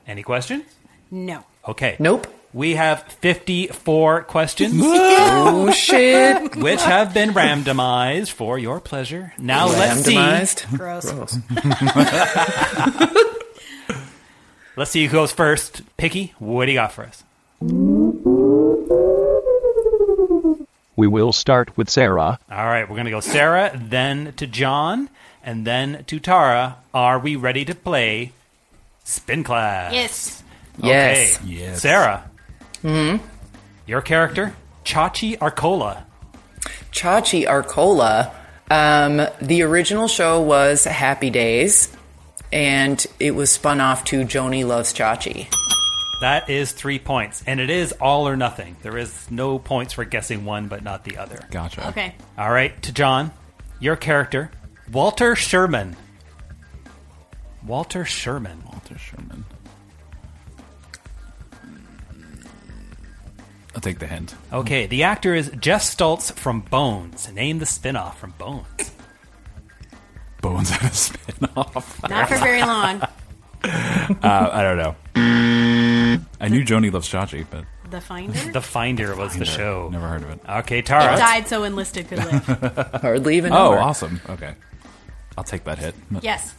Speaker 2: Any questions?
Speaker 4: No.
Speaker 2: Okay.
Speaker 3: Nope.
Speaker 2: We have 54 questions,
Speaker 3: Oh, shit.
Speaker 2: which have been randomized for your pleasure. Now let's see.
Speaker 7: Oh,
Speaker 3: Randomized.
Speaker 4: Gross.
Speaker 2: Let's see who goes first. Picky, what do you got for us?
Speaker 10: We will start with Sarah.
Speaker 2: All right, we're going to go Sarah, then to John, and then to Tara. Are we ready to play Spin Class?
Speaker 4: Yes.
Speaker 3: Yes. Mm-hmm.
Speaker 2: Okay.
Speaker 5: Yes.
Speaker 2: Sarah. Hmm. Your character, Chachi Arcola.
Speaker 3: Chachi Arcola. Um, the original show was Happy Days, and it was spun off to Joni Loves Chachi.
Speaker 2: That is three points, and it is all or nothing. There is no points for guessing one but not the other.
Speaker 5: Gotcha.
Speaker 4: Okay.
Speaker 2: All right, to John, your character, Walter Sherman. Walter Sherman.
Speaker 5: Walter Sherman. I'll take the hint.
Speaker 2: Okay, the actor is Jeff Stoltz from Bones. Name the spinoff from Bones.
Speaker 5: Bones had a spin off.
Speaker 4: Not for very long.
Speaker 5: Uh, I don't know. I knew Joni loves Chachi, but
Speaker 4: The Finder.
Speaker 2: The Finder was the show.
Speaker 5: never heard of it.
Speaker 2: Okay,
Speaker 4: That
Speaker 2: Tara.
Speaker 4: died so enlisted could live.
Speaker 3: Hardly even.
Speaker 5: Oh,
Speaker 3: number.
Speaker 5: awesome. Okay. I'll take that hit.
Speaker 4: Yes.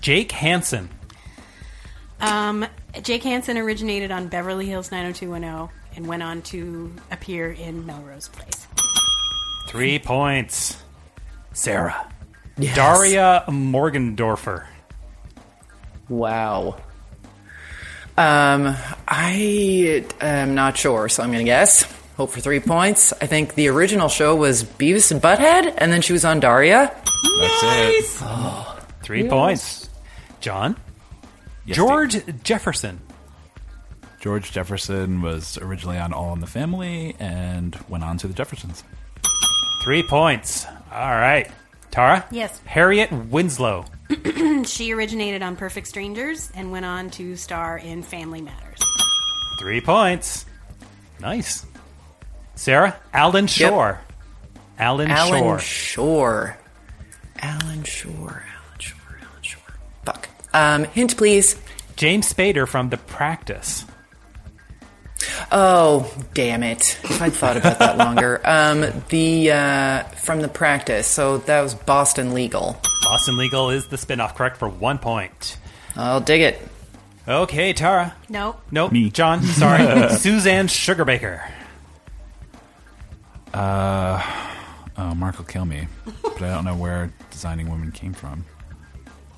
Speaker 2: Jake Hansen.
Speaker 4: Um, Jake Hansen originated on Beverly Hills 90210 and went on to appear in Melrose Place.
Speaker 2: Three points. Sarah. Daria Morgendorfer.
Speaker 3: Wow. Um, I am not sure, so I'm going to guess. Hope for three points. I think the original show was Beavis and Butthead, and then she was on Daria.
Speaker 5: That's it.
Speaker 2: Three points. John?
Speaker 5: Yes,
Speaker 2: George Jefferson.
Speaker 5: Steve. George Jefferson was originally on All in the Family and went on to the Jeffersons.
Speaker 2: Three points. All right. Tara?
Speaker 4: Yes.
Speaker 2: Harriet Winslow.
Speaker 4: She originated on Perfect Strangers and went on to star in Family Matters.
Speaker 2: Three points. Nice. Sarah? Alan Shore. Alan,
Speaker 3: Alan
Speaker 2: Shore.
Speaker 3: Shore. Alan Shore. Alan Shore. Alan Shore. Fuck. Um, hint, please.
Speaker 2: James Spader from The Practice.
Speaker 3: Oh, damn it. If I'd thought about that longer. Um, the, uh, from the practice. So that was Boston Legal.
Speaker 2: Boston Legal is the spinoff, correct, for one point.
Speaker 3: I'll dig it.
Speaker 2: Okay, Tara.
Speaker 4: Nope.
Speaker 2: Nope. Me. John, sorry. Suzanne Sugarbaker.
Speaker 5: Oh, Mark will kill me, but I don't know where Designing Women came from.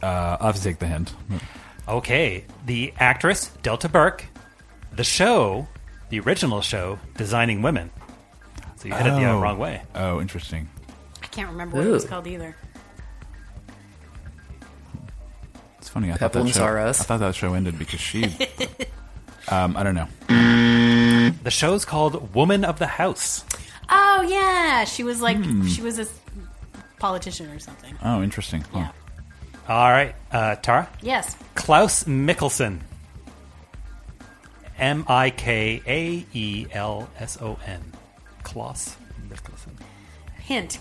Speaker 5: Uh, I'll have to take the hint.
Speaker 2: Okay, the actress Delta Burke, the show, the original show, Designing Women. So you hit it the uh,
Speaker 5: Oh.
Speaker 2: wrong way.
Speaker 5: Oh, interesting.
Speaker 4: I can't remember what it was
Speaker 3: Ooh.
Speaker 4: called either.
Speaker 5: It's funny. I thought that
Speaker 3: Peplums
Speaker 5: show,
Speaker 3: R Us.
Speaker 5: I thought that show ended because she. um, I don't know.
Speaker 2: The show's called Woman of the House.
Speaker 4: Oh yeah, she was like
Speaker 2: Hmm.
Speaker 4: she was a s- politician or something.
Speaker 5: Oh, interesting. Huh.
Speaker 4: Yeah.
Speaker 2: All right, uh, Tara.
Speaker 4: Yes.
Speaker 2: Klaus Mickelson. M I K A E L S O N. Klaus Mickelson.
Speaker 4: Hint.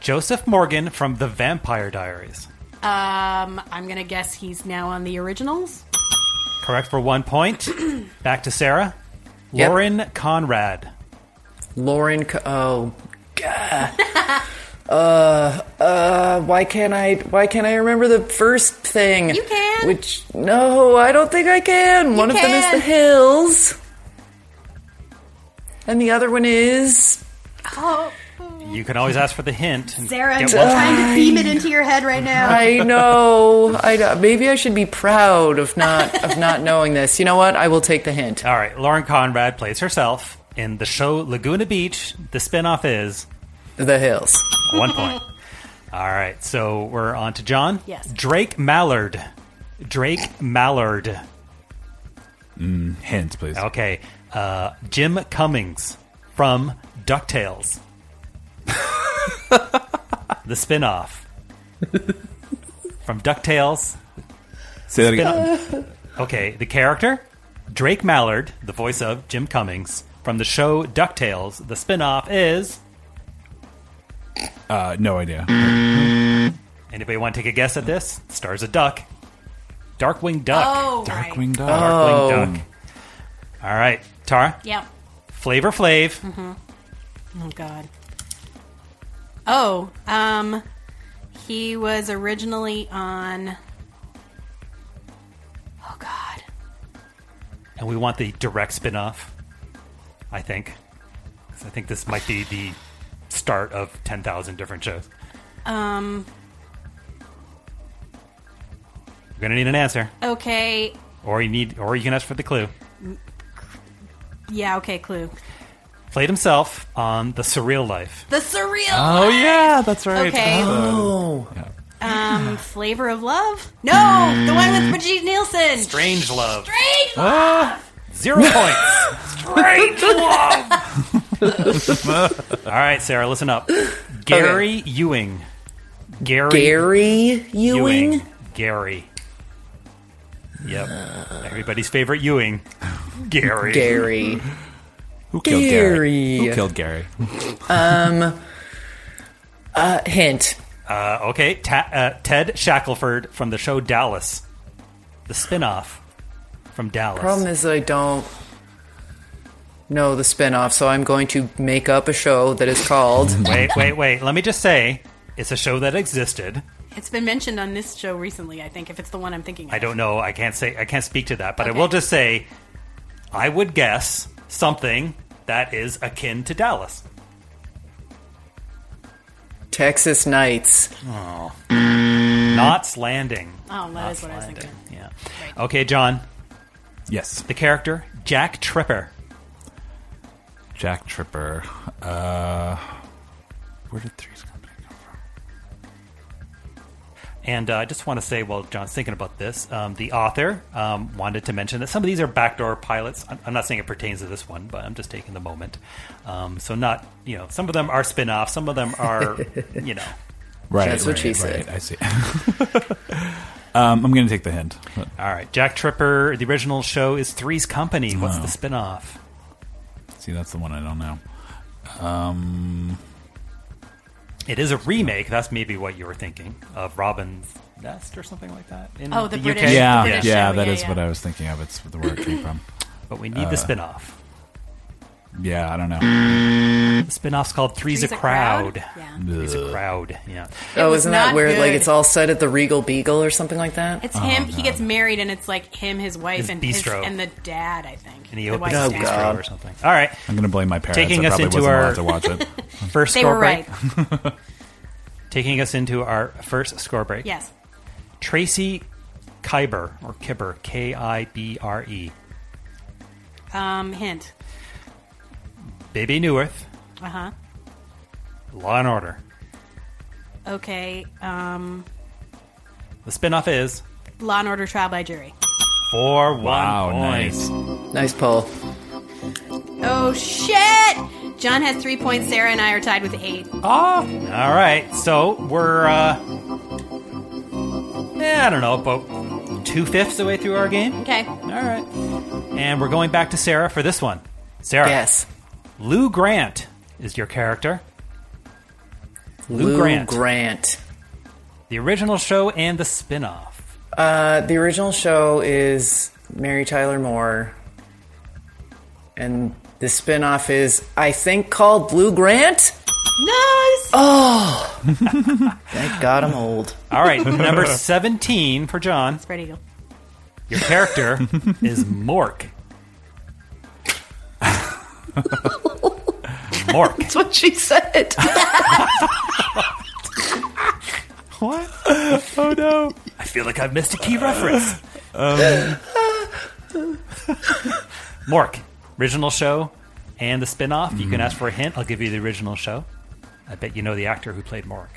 Speaker 2: Joseph Morgan from The Vampire Diaries.
Speaker 4: Um, I'm gonna guess he's now on the originals.
Speaker 2: Correct for one point. Back to Sarah.
Speaker 3: Yep.
Speaker 2: Lauren Conrad.
Speaker 3: Lauren. Co- oh, God. uh, uh, why can't I? Why can't I remember the first thing?
Speaker 4: You can.
Speaker 3: Which no, I don't think I can. one of them is
Speaker 4: can.
Speaker 3: the hills, and the other one is
Speaker 4: Oh,
Speaker 2: You can always ask for the hint. and
Speaker 4: Sarah, I'm
Speaker 2: get one.
Speaker 4: trying to beam it into your head right now.
Speaker 3: I know. I know. maybe I should be proud of not of not knowing this. You know what? I will take the hint.
Speaker 2: All right, Lauren Conrad plays herself in the show Laguna Beach. The spinoff is
Speaker 3: The hills.
Speaker 2: one point. All right, so we're on to John.
Speaker 4: Yes.
Speaker 2: Drake Mallard. Drake Mallard.
Speaker 5: Hint, please.
Speaker 2: Okay. Uh, Jim Cummings from DuckTales. the spinoff from DuckTales.
Speaker 5: Say that again.
Speaker 2: Okay, the character Drake Mallard, the voice of Jim Cummings from the show DuckTales. The spinoff is.
Speaker 5: Uh, no idea.
Speaker 2: Anybody want to take a guess at this? Stars a duck. Darkwing Duck.
Speaker 4: Oh, right.
Speaker 5: Darkwing Duck.
Speaker 2: Darkwing Duck. All right, Tara.
Speaker 4: Yeah.
Speaker 2: Flavor Flav.
Speaker 4: Oh God. Oh, um, he was originally on. Oh God.
Speaker 2: And we want the direct spin off, I think. 'Cause I think this might be the start of 10,000 different shows.
Speaker 4: Um.
Speaker 2: You're going to need an answer,
Speaker 4: Okay.
Speaker 2: or you need, or you can ask for the clue.
Speaker 4: Yeah. Okay. Clue.
Speaker 2: Played himself on The Surreal Life.
Speaker 4: The surreal.
Speaker 5: Oh yeah, that's right.
Speaker 4: Okay.
Speaker 3: Oh.
Speaker 5: Yeah.
Speaker 4: Um, Flavor of Love? No, the one
Speaker 5: Mm.
Speaker 4: with Brigitte Nielsen.
Speaker 2: Strange Love.
Speaker 4: Strange Love.
Speaker 2: Zero points. Strange Love. All right, Sarah, listen up. Gary Ewing. Gary,
Speaker 3: Gary Ewing.
Speaker 2: Ewing. Gary. Yep. Everybody's favorite Ewing. Gary.
Speaker 3: Gary.
Speaker 5: Who killed Gary? Who killed Gary?
Speaker 3: Uh, hint.
Speaker 2: Uh, okay, Ta- uh, Ted Shackelford from the show Dallas, the spinoff from Dallas.
Speaker 3: Problem is that I don't know the spinoff, so I'm going to make up a show that is called.
Speaker 2: wait, wait, wait. Let me just say, it's a show that existed.
Speaker 4: It's been mentioned on this show recently, I think, if it's the one I'm thinking of.
Speaker 2: I don't know. I can't say. I can't speak to that. But
Speaker 4: Okay.
Speaker 2: I will just say, I would guess something that is akin to Dallas.
Speaker 3: Texas Nights.
Speaker 2: Oh. Knots Landing.
Speaker 4: Oh, that
Speaker 2: Knots
Speaker 4: is what I was thinking.
Speaker 2: Yeah. Okay, John.
Speaker 5: Yes.
Speaker 2: The character Jack Tripper.
Speaker 5: Jack Tripper. Uh, where did Three's Company come
Speaker 2: And uh, I just want to say, while John's thinking about this, um, the author um, wanted to mention that some of these are backdoor pilots. I'm, I'm not saying it pertains to this one, but I'm just taking the moment. Um, so, not, you know, some of them are spin offs, some of them are, you know.
Speaker 5: Right.
Speaker 3: That's what
Speaker 5: right,
Speaker 3: she said.
Speaker 5: right, I see. um, I'm going to take the hint.
Speaker 2: All right. Jack Tripper, the original show is Three's Company. What's the spin off?
Speaker 5: See, that's the one I don't know. Um,
Speaker 2: It is a remake. That's maybe what you were thinking of Robin's Nest or something like that. In
Speaker 4: Oh, the British-
Speaker 2: UK.
Speaker 5: yeah,
Speaker 4: British
Speaker 5: yeah,
Speaker 4: show,
Speaker 5: that
Speaker 4: yeah,
Speaker 5: is
Speaker 4: yeah.
Speaker 5: what I was thinking of. It's the where it came from.
Speaker 2: But we
Speaker 5: Uh.
Speaker 2: need the spin off.
Speaker 5: Yeah, I don't know.
Speaker 2: The spin off's called Three's, a, Crowd. Three's a Crowd. Yeah.
Speaker 3: oh,
Speaker 4: was
Speaker 3: isn't that
Speaker 4: not
Speaker 3: where like
Speaker 4: good.
Speaker 3: it's all set at the Regal Beagle or something like that?
Speaker 4: It's him.
Speaker 5: Oh,
Speaker 4: He gets married, and it's like him, his wife,
Speaker 2: His
Speaker 4: and his,
Speaker 2: bistro.
Speaker 4: and the dad. I think.
Speaker 2: And he
Speaker 4: The
Speaker 2: opens
Speaker 4: wife's
Speaker 2: his
Speaker 4: dad.
Speaker 2: bistro or something. All right.
Speaker 5: I'm going to blame my parents.
Speaker 2: Taking
Speaker 5: I
Speaker 2: us
Speaker 5: probably
Speaker 2: into
Speaker 5: wasn't
Speaker 2: our-
Speaker 5: allowed to watch it.
Speaker 2: First
Speaker 4: They
Speaker 2: score
Speaker 4: were
Speaker 2: break.
Speaker 4: right.
Speaker 2: Taking us into our first score break.
Speaker 4: yes.
Speaker 2: Tracy Kyber or Kibber, K I B R E.
Speaker 4: Um. Hint.
Speaker 2: Baby Newirth,
Speaker 4: Uh huh.
Speaker 2: Law and Order.
Speaker 4: Okay. Um.
Speaker 2: The spin off is
Speaker 4: Law and Order: Trial by Jury.
Speaker 2: for one
Speaker 5: Wow,
Speaker 2: point.
Speaker 5: nice.
Speaker 3: nice pull.
Speaker 4: Oh shit! John has three points. Sarah and I are tied with eight.
Speaker 2: Ah, All right, so we're, uh, eh, I don't know, about two fifths the way through our game.
Speaker 4: Okay.
Speaker 2: All right. And we're going back to Sarah for this one. Sarah,
Speaker 3: Yes.
Speaker 2: Lou Grant is your character. Lou,
Speaker 3: Lou
Speaker 2: Grant,
Speaker 3: Grant.
Speaker 2: the original show and the spin off.
Speaker 3: Uh, the original show is Mary Tyler Moore, and the spinoff is I think called Blue Grant.
Speaker 4: Nice.
Speaker 3: Thank God I'm old.
Speaker 2: All right, number 17 for John.
Speaker 4: Spread eagle.
Speaker 2: Your character is Mork. Mork.
Speaker 3: That's what she said.
Speaker 2: What? Oh no. I feel like I've missed a key reference. Um, Mork, original show and the spin off. You can ask for a hint. I'll give you the original show. I bet you know the actor who played Mork.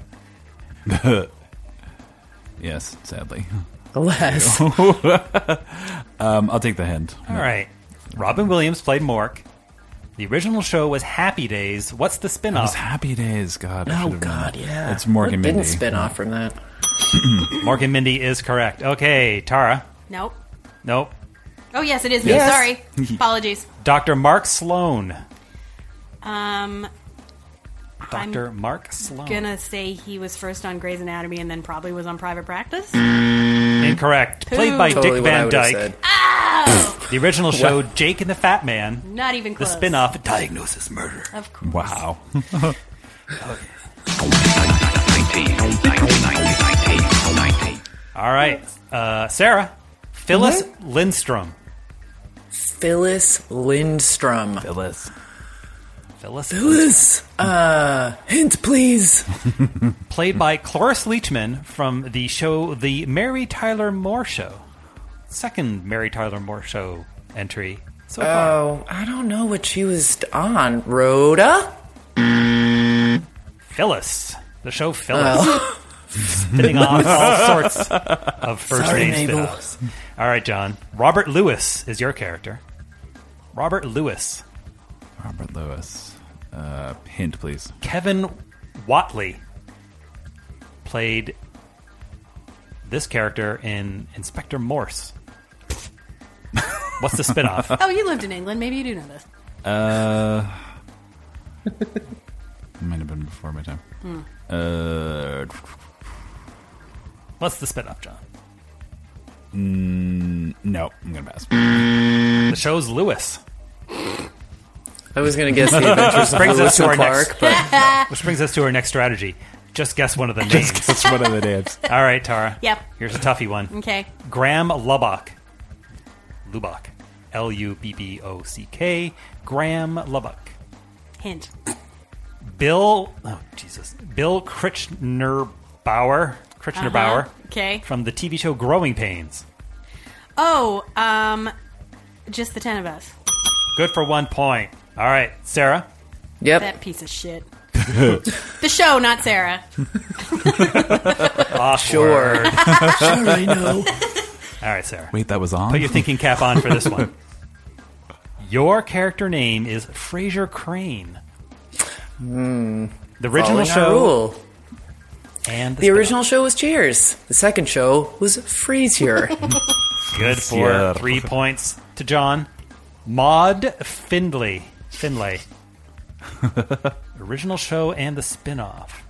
Speaker 5: Yes, sadly.
Speaker 3: Alas,
Speaker 5: Um, I'll take the hint.
Speaker 2: All right. Robin Williams played Mork. The original show was Happy Days. What's the spin
Speaker 5: It's
Speaker 2: off?
Speaker 5: Happy Days. God. I
Speaker 3: oh
Speaker 5: should've known
Speaker 3: God,
Speaker 5: that.
Speaker 3: yeah.
Speaker 5: It's Morgan
Speaker 3: What
Speaker 5: Mindy.
Speaker 3: Didn't spin off from that.
Speaker 2: Mork and Mindy is correct. Okay, Tara.
Speaker 4: Nope.
Speaker 2: Nope.
Speaker 4: Oh yes, it is me.
Speaker 3: Yes.
Speaker 4: Sorry. Apologies.
Speaker 2: Dr. Mark Sloan.
Speaker 4: Um.
Speaker 2: Dr. Mark Sloan.
Speaker 4: Gonna say he was first on Grey's Anatomy and then probably was on Private Practice.
Speaker 2: Incorrect. Played by
Speaker 3: Totally
Speaker 2: Dick
Speaker 3: what I
Speaker 2: Van
Speaker 3: would have
Speaker 2: Dyke.
Speaker 3: said.
Speaker 2: The original show, Jake and the Fat Man.
Speaker 4: Not even
Speaker 2: The
Speaker 4: close.
Speaker 2: spin off, Diagnosis Murder.
Speaker 4: Of course.
Speaker 5: Wow.
Speaker 2: All right. Uh, Sarah, Phyllis
Speaker 3: Mm-hmm.
Speaker 2: Lindstrom.
Speaker 3: Phyllis Lindstrom.
Speaker 5: Phyllis.
Speaker 2: Phyllis
Speaker 3: Phyllis, uh, hint please.
Speaker 2: played by Cloris Leachman from the show The Mary Tyler Moore Show. Second Mary Tyler Moore Show entry so far.
Speaker 3: Oh, I don't know what she was on. Rhoda.
Speaker 2: Phyllis. The show Phyllis.
Speaker 3: Oh.
Speaker 2: Spinning off all sorts of first
Speaker 3: Sorry,
Speaker 2: name
Speaker 3: Mabel.
Speaker 2: spin-offs. All right, John. Robert Lewis is your character. Robert Lewis.
Speaker 5: Robert Lewis. Uh, hint, please.
Speaker 2: Kevin Watley played this character in Inspector Morse. What's the spinoff?
Speaker 4: Oh, you lived in England. Maybe you do know this.
Speaker 5: Uh, it might have been before my time. Uh,
Speaker 2: What's the spinoff, John?
Speaker 5: no, I'm gonna pass.
Speaker 2: The show's Lewis,
Speaker 3: I was gonna guess the Adventures of
Speaker 2: Brings us
Speaker 3: Lewis
Speaker 2: to
Speaker 3: and
Speaker 2: our next-
Speaker 3: Clark, but
Speaker 2: which brings us to our next strategy. Just guess one of the names.
Speaker 5: That's one of the names.
Speaker 2: All right, Tara.
Speaker 4: Yep.
Speaker 2: Here's a toughy one.
Speaker 4: Okay.
Speaker 2: Graham Lubbock. Lubbock. L U B B O C K. Graham Lubbock.
Speaker 4: Hint.
Speaker 2: Bill, oh Jesus, Bill Kritchner Bauer, Kritchner
Speaker 4: Uh-huh.
Speaker 2: Bauer,
Speaker 4: Okay.
Speaker 2: from the TV show Growing Pains.
Speaker 4: Oh, um, just the ten of us.
Speaker 2: Good for one point. All right, Sarah.
Speaker 4: That piece of shit. The show, not Sarah.
Speaker 2: Awkward.
Speaker 4: Sure, I know.
Speaker 2: All right, Sarah.
Speaker 5: Wait, that was on.
Speaker 2: Put your thinking cap on for this one. Your character name is Fraser Crane. The original
Speaker 3: Following our
Speaker 2: show
Speaker 3: rule.
Speaker 2: and
Speaker 3: The original show was Cheers. The second show was Freezier.
Speaker 2: Good for
Speaker 5: Yeah.
Speaker 2: three points to John. Maud Findlay. Finlay. Original show and the spin-off.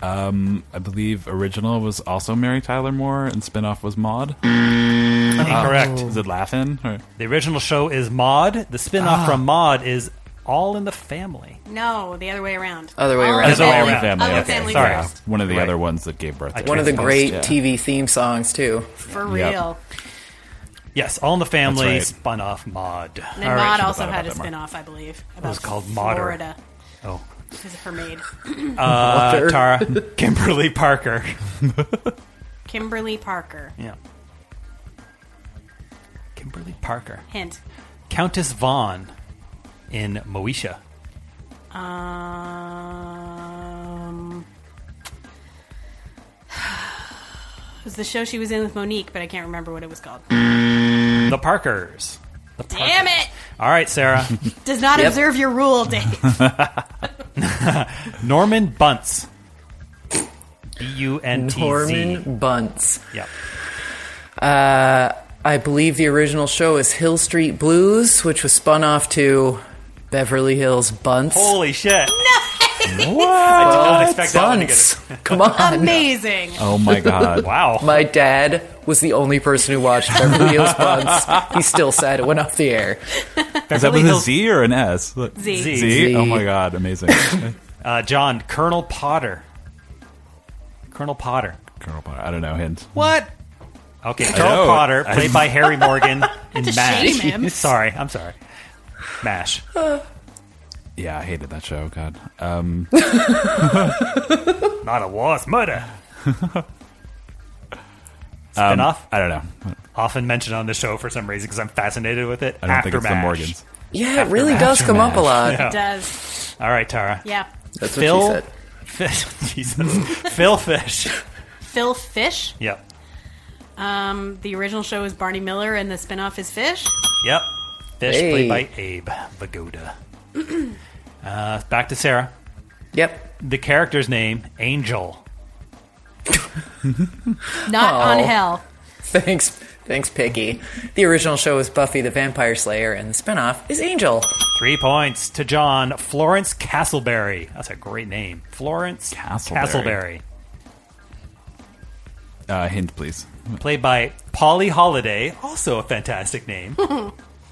Speaker 5: Um, I believe original was also Mary Tyler Moore, and spinoff was Maud.
Speaker 2: Incorrect.
Speaker 5: Is it Laughing? Or?
Speaker 2: The original show is Maud. The spin-off from Maud is All in the Family.
Speaker 4: No, the other way around.
Speaker 3: Other way
Speaker 4: All
Speaker 3: around.
Speaker 4: in the
Speaker 5: All
Speaker 2: way
Speaker 4: family.
Speaker 5: in the Oh, family.
Speaker 4: All in the
Speaker 5: okay.
Speaker 4: family
Speaker 5: Sorry,
Speaker 4: first.
Speaker 5: one of the
Speaker 2: Right.
Speaker 5: other ones that gave birth. to
Speaker 3: One of the
Speaker 5: Transformers,
Speaker 3: great
Speaker 5: yeah.
Speaker 3: TV theme songs too.
Speaker 4: For
Speaker 5: Yep.
Speaker 4: real.
Speaker 2: Yes, All in the Family
Speaker 5: right.
Speaker 2: spun off Maud.
Speaker 4: And then
Speaker 2: All right.
Speaker 4: Maud also
Speaker 5: thought
Speaker 4: had a
Speaker 5: about that, Mark.
Speaker 4: spin-off, I believe. About
Speaker 2: was called Mater.
Speaker 4: Florida.
Speaker 2: Oh.
Speaker 4: Because of her maid.
Speaker 2: Uh,
Speaker 3: Water.
Speaker 2: Tara. Kimberly Parker.
Speaker 4: Kimberly Parker.
Speaker 2: Yeah. Kimberly Parker.
Speaker 4: Hint.
Speaker 2: Countess Vaughn in Moesha.
Speaker 4: Um, it was the show she was in with Monique, but I can't remember what it was called.
Speaker 2: The Parkers.
Speaker 4: Damn it!
Speaker 2: All right, Sarah.
Speaker 4: Does not observe your rule, Dave.
Speaker 2: Norman Bunce. B U N T Z.
Speaker 3: Norman Bunce.
Speaker 2: Yep.
Speaker 3: I believe the original show is Hill Street Blues, which was spun off to Beverly Hills Bunce.
Speaker 2: Holy shit.
Speaker 3: I
Speaker 2: did not expect that one to get
Speaker 3: Come on.
Speaker 4: Amazing.
Speaker 5: Oh my god!
Speaker 2: Wow.
Speaker 3: My dad was the only person who watched Beverly Hills Bunce. He still said it went off the air.
Speaker 5: Is that with a
Speaker 2: Hills-
Speaker 5: Z or an S?
Speaker 4: Z.
Speaker 5: Z.
Speaker 3: Z.
Speaker 5: Oh my god! Amazing.
Speaker 2: Uh, John, Colonel Potter. Colonel Potter.
Speaker 5: Colonel Potter. I don't know. Hint.
Speaker 2: What? Okay,
Speaker 5: know.
Speaker 2: Colonel Potter, played by Harry Morgan in
Speaker 4: to
Speaker 2: MASH.
Speaker 4: shame him.
Speaker 2: Sorry, I'm sorry. MASH.
Speaker 5: Yeah, I hated that show. God. Um,
Speaker 2: Not a wasp murder. Spin off?
Speaker 5: Um, I don't know.
Speaker 2: often mentioned on the show for some reason because I'm fascinated with it.
Speaker 5: I don't think it's the
Speaker 2: Aftermath.
Speaker 5: Morgans.
Speaker 3: Yeah, it really does come up a lot.
Speaker 4: It does.
Speaker 2: All right, Tara.
Speaker 4: Yeah.
Speaker 3: That's what
Speaker 2: Phil.
Speaker 3: she said.
Speaker 2: Fi- Jesus. Phil Fish.
Speaker 4: Phil Fish.
Speaker 2: Yep.
Speaker 4: Um, the original show is Barney Miller, and the spinoff is Fish.
Speaker 2: Yep. Fish
Speaker 3: Hey.
Speaker 2: played by Abe Vagoda. uh, back to Sarah.
Speaker 3: Yep.
Speaker 2: The character's name Angel.
Speaker 4: Not
Speaker 3: Oh.
Speaker 4: on hell.
Speaker 3: Thanks. Thanks, Piggy. The original show was Buffy the Vampire Slayer, and the spinoff is Angel.
Speaker 2: Three points to John Florence Castleberry. That's a great name, Florence
Speaker 5: Castleberry. Uh, hint, please.
Speaker 2: Castleberry. played by Polly Holiday. Also a fantastic name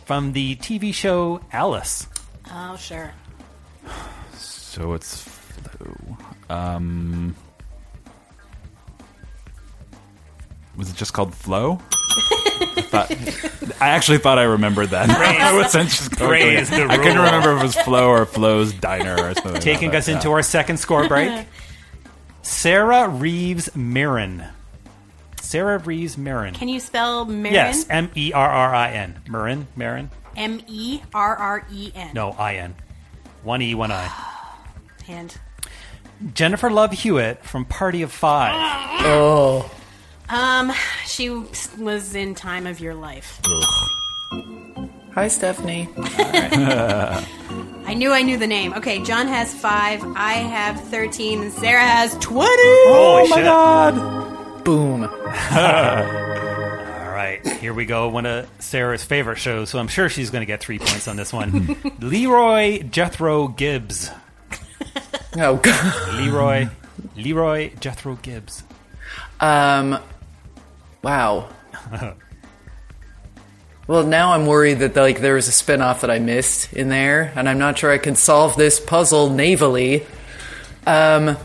Speaker 2: from the TV show Alice.
Speaker 4: Oh, sure.
Speaker 5: So it's flu. Um, was it just called flow? I, thought- I actually thought I remembered that. I wasn't just going with
Speaker 2: Praise
Speaker 5: it.
Speaker 2: the
Speaker 5: I couldn't
Speaker 2: rule.
Speaker 5: remember if it was flow or flow's diner or something. like
Speaker 2: Taking
Speaker 5: that,
Speaker 2: us into our second score break. Sarah Reeves Marin. Sarah Reeves Marin.
Speaker 4: Can you spell Marin?
Speaker 2: Yes, M E R R I N. Marin, Marin.
Speaker 4: M E R R E N.
Speaker 2: No, I N. One E, one I.
Speaker 4: Hand.
Speaker 2: Jennifer Love Hewitt from Party of Five.
Speaker 3: Oh,
Speaker 4: Um, she was in Time of Your Life.
Speaker 3: hi, Stephanie.
Speaker 4: I knew I knew the name. Okay, John has five. I have thirteen. and Sarah has twenty. Oh
Speaker 2: Holy shit!
Speaker 3: Boom.
Speaker 2: All right, here we go. One of Sarah's favorite shows, so I'm sure she's going to get three points on this one. Leroy Jethro Gibbs.
Speaker 3: Oh God.
Speaker 2: Leroy,
Speaker 3: Mm-hmm.
Speaker 2: Leroy Jethro Gibbs.
Speaker 3: Um. Wow. Well, now I'm worried that like there was a spinoff that I missed in there, and I'm not sure I can solve this puzzle navally. Um,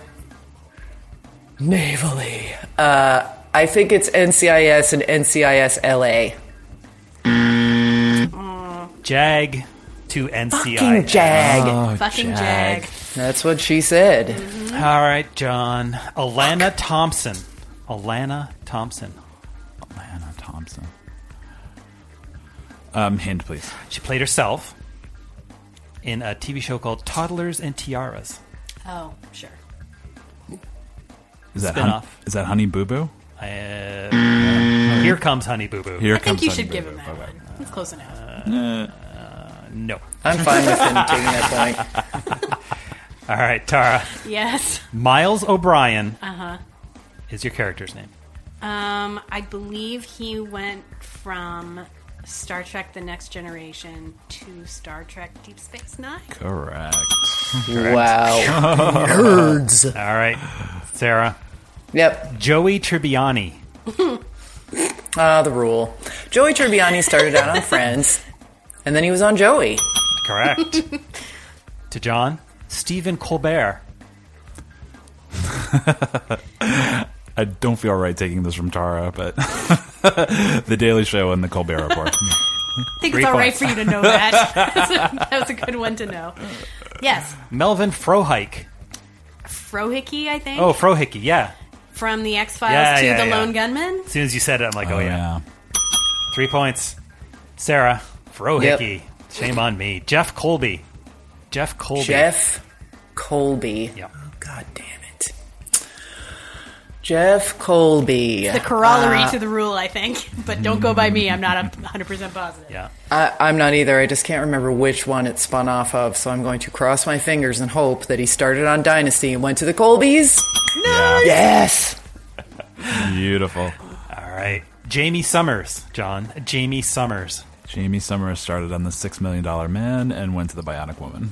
Speaker 3: navally. Uh, I think it's NCIS and NCIS LA.
Speaker 2: Jag to NCI.
Speaker 3: Fucking jag.
Speaker 4: Fucking jag.
Speaker 3: That's what she said.
Speaker 2: All right, John. Alana Thompson. Alana Thompson.
Speaker 5: Alana Thompson. Um, hint, please.
Speaker 2: She played herself in a TV show called Toddlers and Tiaras.
Speaker 4: Oh, sure.
Speaker 5: Is that
Speaker 2: Spin-off.
Speaker 5: hun- is that Honey Boo Boo?
Speaker 2: Uh,
Speaker 3: Mm.
Speaker 2: here comes Honey Boo Boo.
Speaker 5: Here
Speaker 4: I think
Speaker 5: comes
Speaker 4: you
Speaker 5: Honey
Speaker 4: should
Speaker 5: Boo
Speaker 4: give
Speaker 5: Boo.
Speaker 4: him that
Speaker 5: Bye-bye.
Speaker 4: one. It's close enough.
Speaker 2: No.
Speaker 3: I'm fine with him taking that point.
Speaker 2: All right, Tara.
Speaker 4: Yes.
Speaker 2: Miles O'Brien is your character's name.
Speaker 4: Um, I believe he went from Star Trek: The Next Generation to Star Trek: Deep Space Nine.
Speaker 5: Correct.
Speaker 3: Wow.
Speaker 2: All right, Sarah.
Speaker 3: yep.
Speaker 2: Joey Tribbiani.
Speaker 3: Ah, the rule. Joey Tribbiani started out on Friends, and then he was on Joey.
Speaker 2: Correct. to John. Stephen Colbert.
Speaker 5: I don't feel right taking this from Tara, but The Daily Show and The Colbert Report.
Speaker 4: I think
Speaker 2: Three
Speaker 4: it's all right
Speaker 2: points.
Speaker 4: for you to know that. That's a- that was a good one to know. Yes,
Speaker 2: Melvin Frohike.
Speaker 4: Frohickey, I think,
Speaker 2: Oh, Frohickey, yeah.
Speaker 4: from the X Files
Speaker 2: Yeah,
Speaker 4: to
Speaker 2: yeah,
Speaker 4: the
Speaker 2: yeah.
Speaker 4: Lone Gunman.
Speaker 2: As soon as you said it, I'm like, oh, yeah. Three points. Sarah, Frohickey. Shame on me. Jeff Colby. Jeff Colby.
Speaker 3: Jeff Colby. Oh,
Speaker 2: Yep.
Speaker 3: God damn it. Jeff Colby.
Speaker 4: The corollary
Speaker 3: Uh,
Speaker 4: to the rule, I think. But don't go by me. I'm not 100 percent positive.
Speaker 2: Yeah.
Speaker 3: I, I'm not either. I just can't remember which one it spun off of, so I'm going to cross my fingers and hope that he started on Dynasty and went to the Colbys. Yes.
Speaker 5: Beautiful.
Speaker 2: All right. Jamie Summers, John. Jamie Summers.
Speaker 5: Jamie Summers started on The Six Million Dollar Man and went to The Bionic Woman.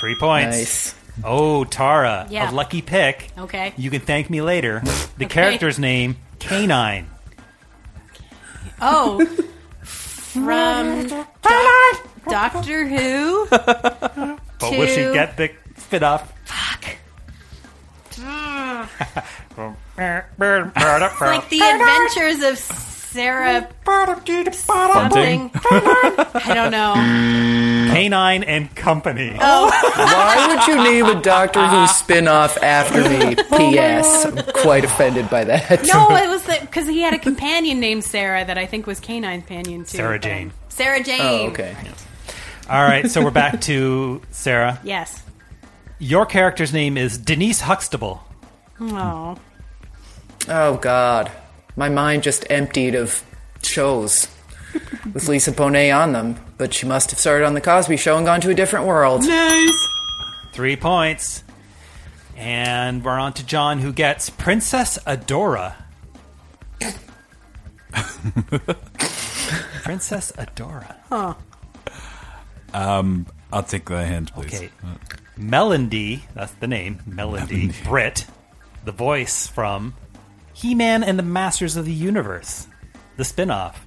Speaker 2: Three points.
Speaker 3: Nice.
Speaker 2: Oh, Tara.
Speaker 4: Yeah.
Speaker 2: A lucky pick.
Speaker 4: Okay.
Speaker 2: You can thank me later. The character's name, Canine.
Speaker 4: Oh, from Doctor Who.
Speaker 2: But will she
Speaker 4: Two.
Speaker 2: get the spit off?
Speaker 4: like the adventures of Sarah something. I don't know.
Speaker 2: Canine and Company.
Speaker 3: Why would you name a Doctor Who spin-off after me? P.S. I'm quite offended by that.
Speaker 4: No, it was because he had a companion named Sarah that I think was Canine's companion too.
Speaker 2: Sarah Jane.
Speaker 4: Sarah Jane.
Speaker 3: Oh, okay.
Speaker 2: All right, so we're back to Sarah.
Speaker 4: Yes.
Speaker 2: Your character's name is Denise Huxtable.
Speaker 4: Oh.
Speaker 3: Oh God, my mind just emptied of shows with Lisa Bonet on them. But she must have started on the Cosby Show and gone to a different world.
Speaker 2: Three points. And we're on to John, who gets Princess Adora. Princess Adora.
Speaker 5: I'll take the hint, please.
Speaker 2: Okay. Melody, that's the name. Melody. Britt, the voice from He Man and the Masters of the Universe, the spin off.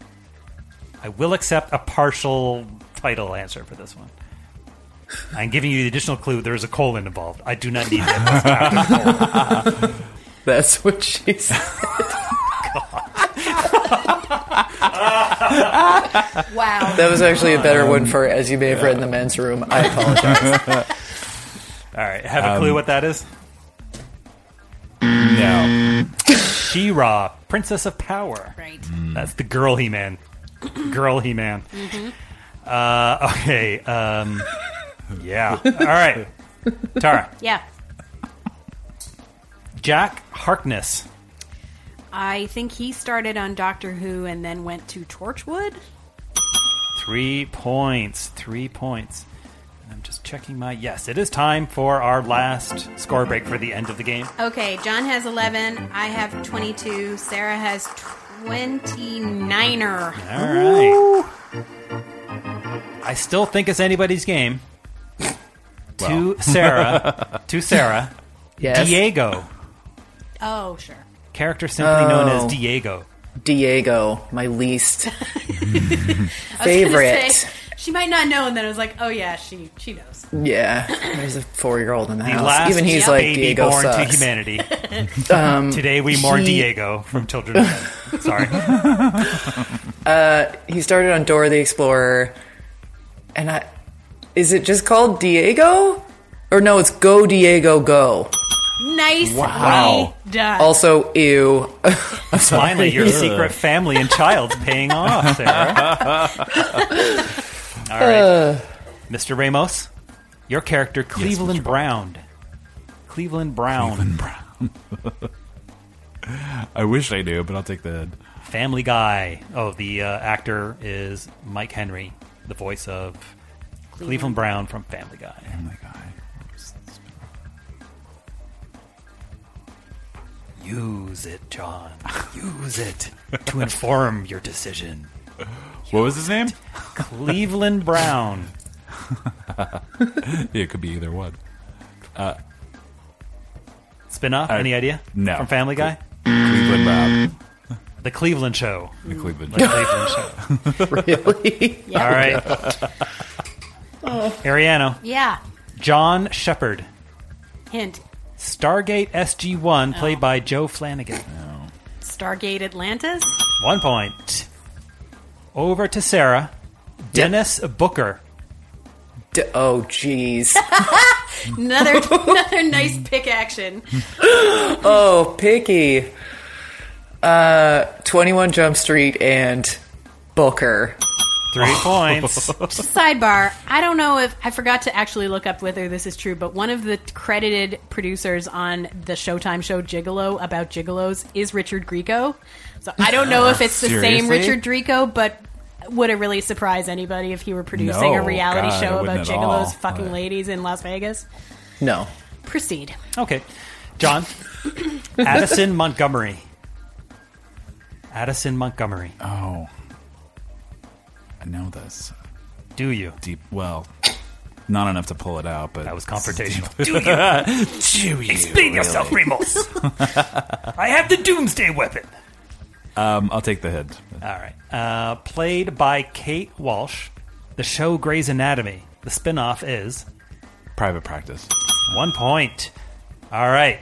Speaker 2: I will accept a partial title answer for this one. I'm giving you the additional clue. There is a colon involved. I do not need that.
Speaker 3: That's what she said.
Speaker 4: Wow.
Speaker 3: That was actually a better one for, as you may have read in the men's room. I apologize.
Speaker 2: All right. Have a clue what that is?
Speaker 5: No.
Speaker 2: She Ra, Princess of Power.
Speaker 4: Right.
Speaker 2: That's the girl He Man. Girl He Man. Uh, okay. Um, yeah. All right. Tara.
Speaker 4: Yeah.
Speaker 2: Jack Harkness.
Speaker 4: I think he started on Doctor Who and then went to Torchwood.
Speaker 2: Three points. Three points. And I'm just checking my. Yes, it is time for our last score break for the end of the game.
Speaker 4: Okay, John has 11. I have 22. Sarah has 29er.
Speaker 2: All
Speaker 3: Uh,
Speaker 2: right. I still think it's anybody's game. To Sarah. to Sarah.
Speaker 3: Yes.
Speaker 2: Diego.
Speaker 4: Oh, sure.
Speaker 2: Character simply known as
Speaker 3: Oh.
Speaker 2: Diego.
Speaker 3: Diego, my least
Speaker 4: I was gonna
Speaker 3: favorite.
Speaker 4: say, she might not know, and then I was like, oh yeah, she she knows.
Speaker 3: yeah, there's a four-year-old in the,
Speaker 2: The
Speaker 3: house.
Speaker 2: last
Speaker 3: Even he's like
Speaker 2: baby
Speaker 3: Diego
Speaker 2: born to
Speaker 3: sucks. Um,
Speaker 2: humanity. Today we mourn
Speaker 3: he-
Speaker 2: Diego from Children of Men. Sorry.
Speaker 3: He started on Dora the Explorer, and I. Is it just called Diego? Or no, it's Go Diego Go.
Speaker 4: Nice.
Speaker 3: Wow. Oh.
Speaker 4: Done.
Speaker 3: Also, ew. I'm sorry.
Speaker 2: Finally, your secret family and child's paying off, Sarah. All right.
Speaker 3: Uh.
Speaker 2: Mr. Ramos, your character, Cleveland Brown. Cleveland Brown.
Speaker 5: I wish I knew, but I'll take the head.
Speaker 2: Family Guy. Oh, the uh, actor is Mike Henry, the voice of Cleveland, Brown from Family Guy.
Speaker 5: Family Guy.
Speaker 2: Use it, John. Use it to inform your decision.
Speaker 5: What was his name?
Speaker 2: Cleveland Brown.
Speaker 5: yeah, it could be either one.
Speaker 2: Spinoff?
Speaker 5: I-
Speaker 2: any idea?
Speaker 5: no.
Speaker 2: From Family Guy?
Speaker 5: Cleveland Brown.
Speaker 2: The Cleveland Show.
Speaker 5: The Cleveland.
Speaker 2: The Cleveland Show.
Speaker 3: Really?
Speaker 2: All right. Ariano.
Speaker 4: Yeah.
Speaker 2: John Shepard.
Speaker 4: Hint.
Speaker 2: Stargate SG 1, played by Joe Flanagan.
Speaker 4: Stargate Atlantis.
Speaker 2: One point. Over to Sarah. Dennis Booker.
Speaker 3: D- oh, jeez.
Speaker 4: Another another nice pick action.
Speaker 3: Oh, picky. Uh, 21 Jump Street and Booker.
Speaker 2: Three
Speaker 5: Oh.
Speaker 2: points.
Speaker 4: Just sidebar. I don't know if I forgot to actually look up whether this is true, but one of the credited producers on the Showtime show Gigolo about gigolos is Richard Grieco. So I don't know if it's the same
Speaker 5: Seriously?
Speaker 4: Richard Grieco, but would it really surprise anybody if he were producing a
Speaker 5: No,
Speaker 4: reality
Speaker 5: God,
Speaker 4: show
Speaker 5: it
Speaker 4: about
Speaker 5: wouldn't at all.
Speaker 4: gigolos fucking
Speaker 5: Right.
Speaker 4: ladies in Las Vegas?
Speaker 3: No.
Speaker 4: Proceed.
Speaker 2: okay. John. Addison Montgomery. Addison Montgomery.
Speaker 5: Oh, I know this
Speaker 2: Do you?
Speaker 5: deep. Well, not enough to pull it out, but
Speaker 2: That was confrontational.
Speaker 5: Do you
Speaker 2: Explain yourself, Ramos. I have the doomsday weapon.
Speaker 5: Um, I'll take the hint.
Speaker 2: All right. Uh, played by Kate Walsh. The show Grey's Anatomy. The spinoff is
Speaker 5: Private practice.
Speaker 2: one point. All right.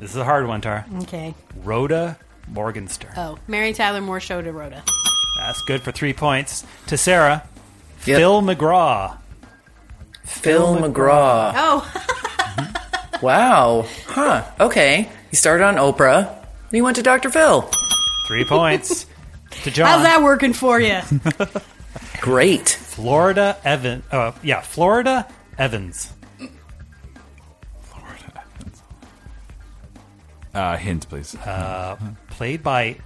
Speaker 2: This is a hard one, Tara.
Speaker 4: Okay.
Speaker 2: Rhoda Morgenstern.
Speaker 4: Oh, Mary Tyler Moore show to Rhoda.
Speaker 2: That's good for three points. To Sarah,
Speaker 3: Yep.
Speaker 2: Phil McGraw.
Speaker 3: Phil McGraw.
Speaker 4: Oh,
Speaker 3: Wow. Huh. Okay. He started on Oprah. And he went to Dr. Phil.
Speaker 2: Three points. To John.
Speaker 4: how's that working for you?
Speaker 3: Great.
Speaker 2: Florida Evan. Uh, yeah, Florida Evans.
Speaker 5: Uh, hint, please.
Speaker 2: Played by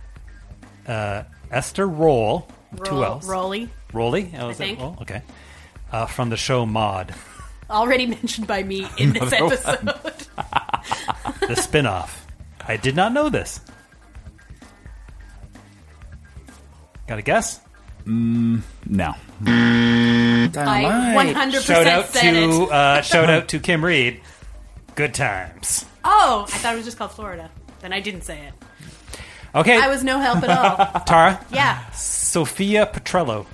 Speaker 2: uh, Esther Roll. Two
Speaker 4: Roll-
Speaker 2: L's.
Speaker 4: Rolly.
Speaker 2: Rolly? Oh, is that
Speaker 4: think.
Speaker 2: Roll? Okay. Uh, from the show Mod,
Speaker 4: Already mentioned by me in this episode.
Speaker 2: the spinoff. I did not know this. Got a guess?
Speaker 5: no.
Speaker 4: I 100%
Speaker 2: Shout out
Speaker 4: said
Speaker 2: to
Speaker 4: it.
Speaker 2: uh, shout out to Kim Reed. Good times.
Speaker 4: Oh, I thought it was just called Florida. Then I didn't say it.
Speaker 2: Okay,
Speaker 4: I was no help at all.
Speaker 2: Tara.
Speaker 4: Yeah.
Speaker 2: Sophia Petrello.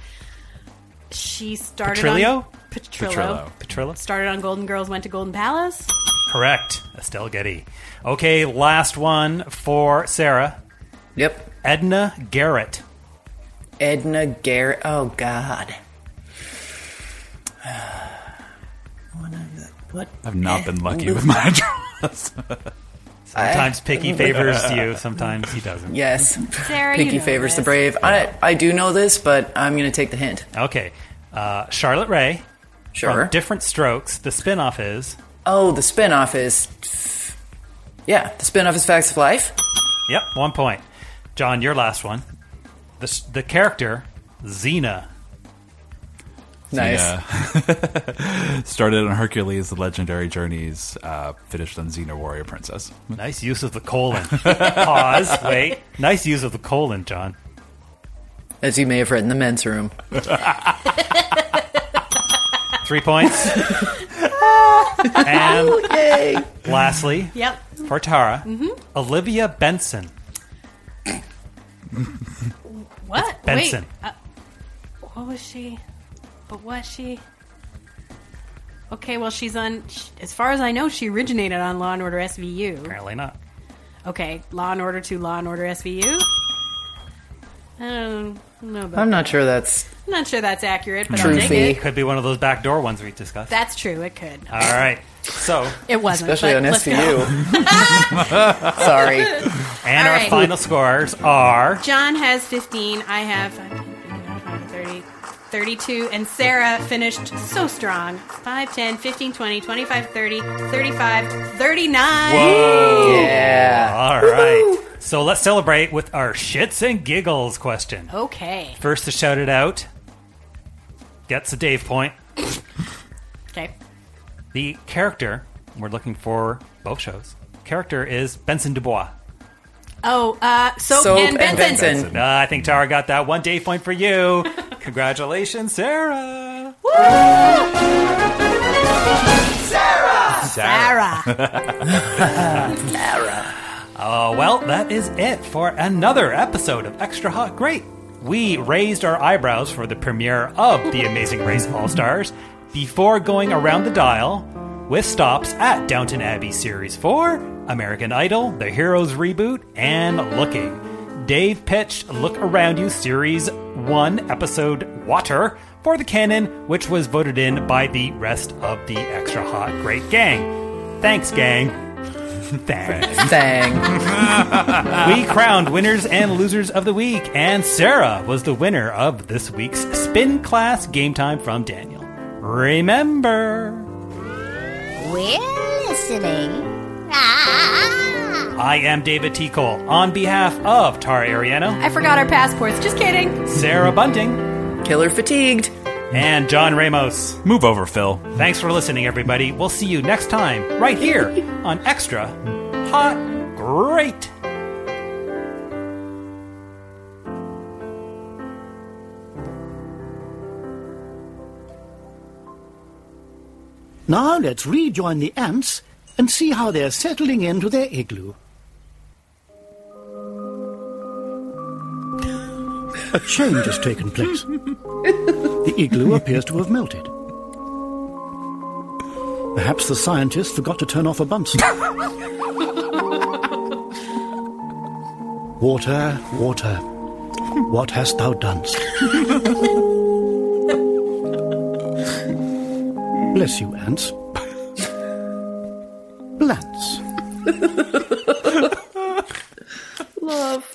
Speaker 4: She started on
Speaker 2: Petrillo?
Speaker 4: Petrillo.
Speaker 5: Petrillo.
Speaker 2: Petrello.
Speaker 4: Started on Golden Girls, went to Golden Palace.
Speaker 2: Correct. Estelle Getty. Okay, last one for Sarah.
Speaker 3: Yep.
Speaker 2: Edna Garrett.
Speaker 3: Edna Garrett. Oh, God. One of the- What?
Speaker 5: I've not been lucky with my draws.
Speaker 2: Sometimes Picky favors you, sometimes he doesn't.
Speaker 3: Yes.
Speaker 4: Sarah, you
Speaker 3: Pinky
Speaker 4: know
Speaker 3: favors the
Speaker 4: this.
Speaker 3: brave. I, I do know this, but I'm going to take the hint.
Speaker 2: Okay. Uh, Charlotte Ray.
Speaker 3: Sure.
Speaker 2: From Different Strokes. The spin-off is.
Speaker 3: oh, the spinoff is. Yeah, the spinoff is Facts of Life.
Speaker 2: Yep, one point. John, your last one. The, s- the character, Xena.
Speaker 3: Nice.
Speaker 5: Yeah. Started on Hercules, the legendary journeys, uh, finished on Xena Warrior Princess.
Speaker 2: Nice use of the colon. Pause. Wait. Nice use of the colon, John.
Speaker 3: As you may have read in the men's room.
Speaker 2: Three points. and lastly,
Speaker 4: Yep.
Speaker 2: for Tara, Olivia Benson.
Speaker 4: What?
Speaker 2: Benson.
Speaker 4: Wait. Uh, what was she? But was she? Okay, well, she's on. Sh- as far as I know, she originated on Law and Order SVU.
Speaker 2: Apparently not.
Speaker 4: Okay, Law and Order to Law and Order SVU. I don't know about
Speaker 3: I'm not sure that's
Speaker 4: I'm not sure that's accurate, but I'll
Speaker 2: True
Speaker 4: take
Speaker 2: It
Speaker 4: it.
Speaker 2: could be one of those backdoor ones we discussed.
Speaker 4: That's true. It could.
Speaker 2: All right. So
Speaker 4: It wasn't. but let's go.
Speaker 2: Sorry. And
Speaker 4: All
Speaker 2: our
Speaker 4: right.
Speaker 2: final scores are
Speaker 4: John has 15. I have 5, 30, 32. And Sarah finished so strong 5, 10, 15, 20, 25, 30, 35, 39.
Speaker 2: Whoa.
Speaker 4: Yeah.
Speaker 2: All right. So let's celebrate with our shits and giggles question.
Speaker 4: Okay.
Speaker 2: First to shout it out gets a Dave point.
Speaker 4: Okay.
Speaker 2: The character we're looking for both shows. Character is Benson Dubois.
Speaker 4: Oh, uh, Soap,
Speaker 3: Soap
Speaker 4: and
Speaker 3: and
Speaker 4: Benson.
Speaker 3: Benson.
Speaker 2: Uh, I think Tara got that one Dave point for you. Congratulations, Sarah.
Speaker 9: Sarah!
Speaker 2: Sarah. Oh, well, that is it for another episode of Extra Hot Great. We raised our eyebrows for the premiere of The Amazing Race All Stars before going around the dial with stops at Downton Abbey Series 4, American Idol, The Heroes Reboot, and Looking. Dave pitched Look Around You Series 1 episode Water for the canon, which was voted in by the rest of the Extra Hot Great Gang. Thanks, gang. Thanks. we crowned winners and losers of the week, and Sarah was the winner of this week's spin class game time from Daniel. Remember,
Speaker 11: We're listening.
Speaker 2: I am David T. Cole on behalf of Tara Ariano,
Speaker 4: I forgot our passports. Just kidding.
Speaker 2: Sarah Bunting, Killer Fatigued, and John Ramos. Move over, Phil. Thanks for listening, everybody. We'll see you next time, right here on Extra Hot Great.
Speaker 1: Now let's rejoin the ants and see how they're settling into their igloo. A change has taken place. The igloo appears to have melted. Perhaps the scientist forgot to turn off a bump stop. Water, water, what hast thou done? Bless you, ants. Blants.
Speaker 3: Love.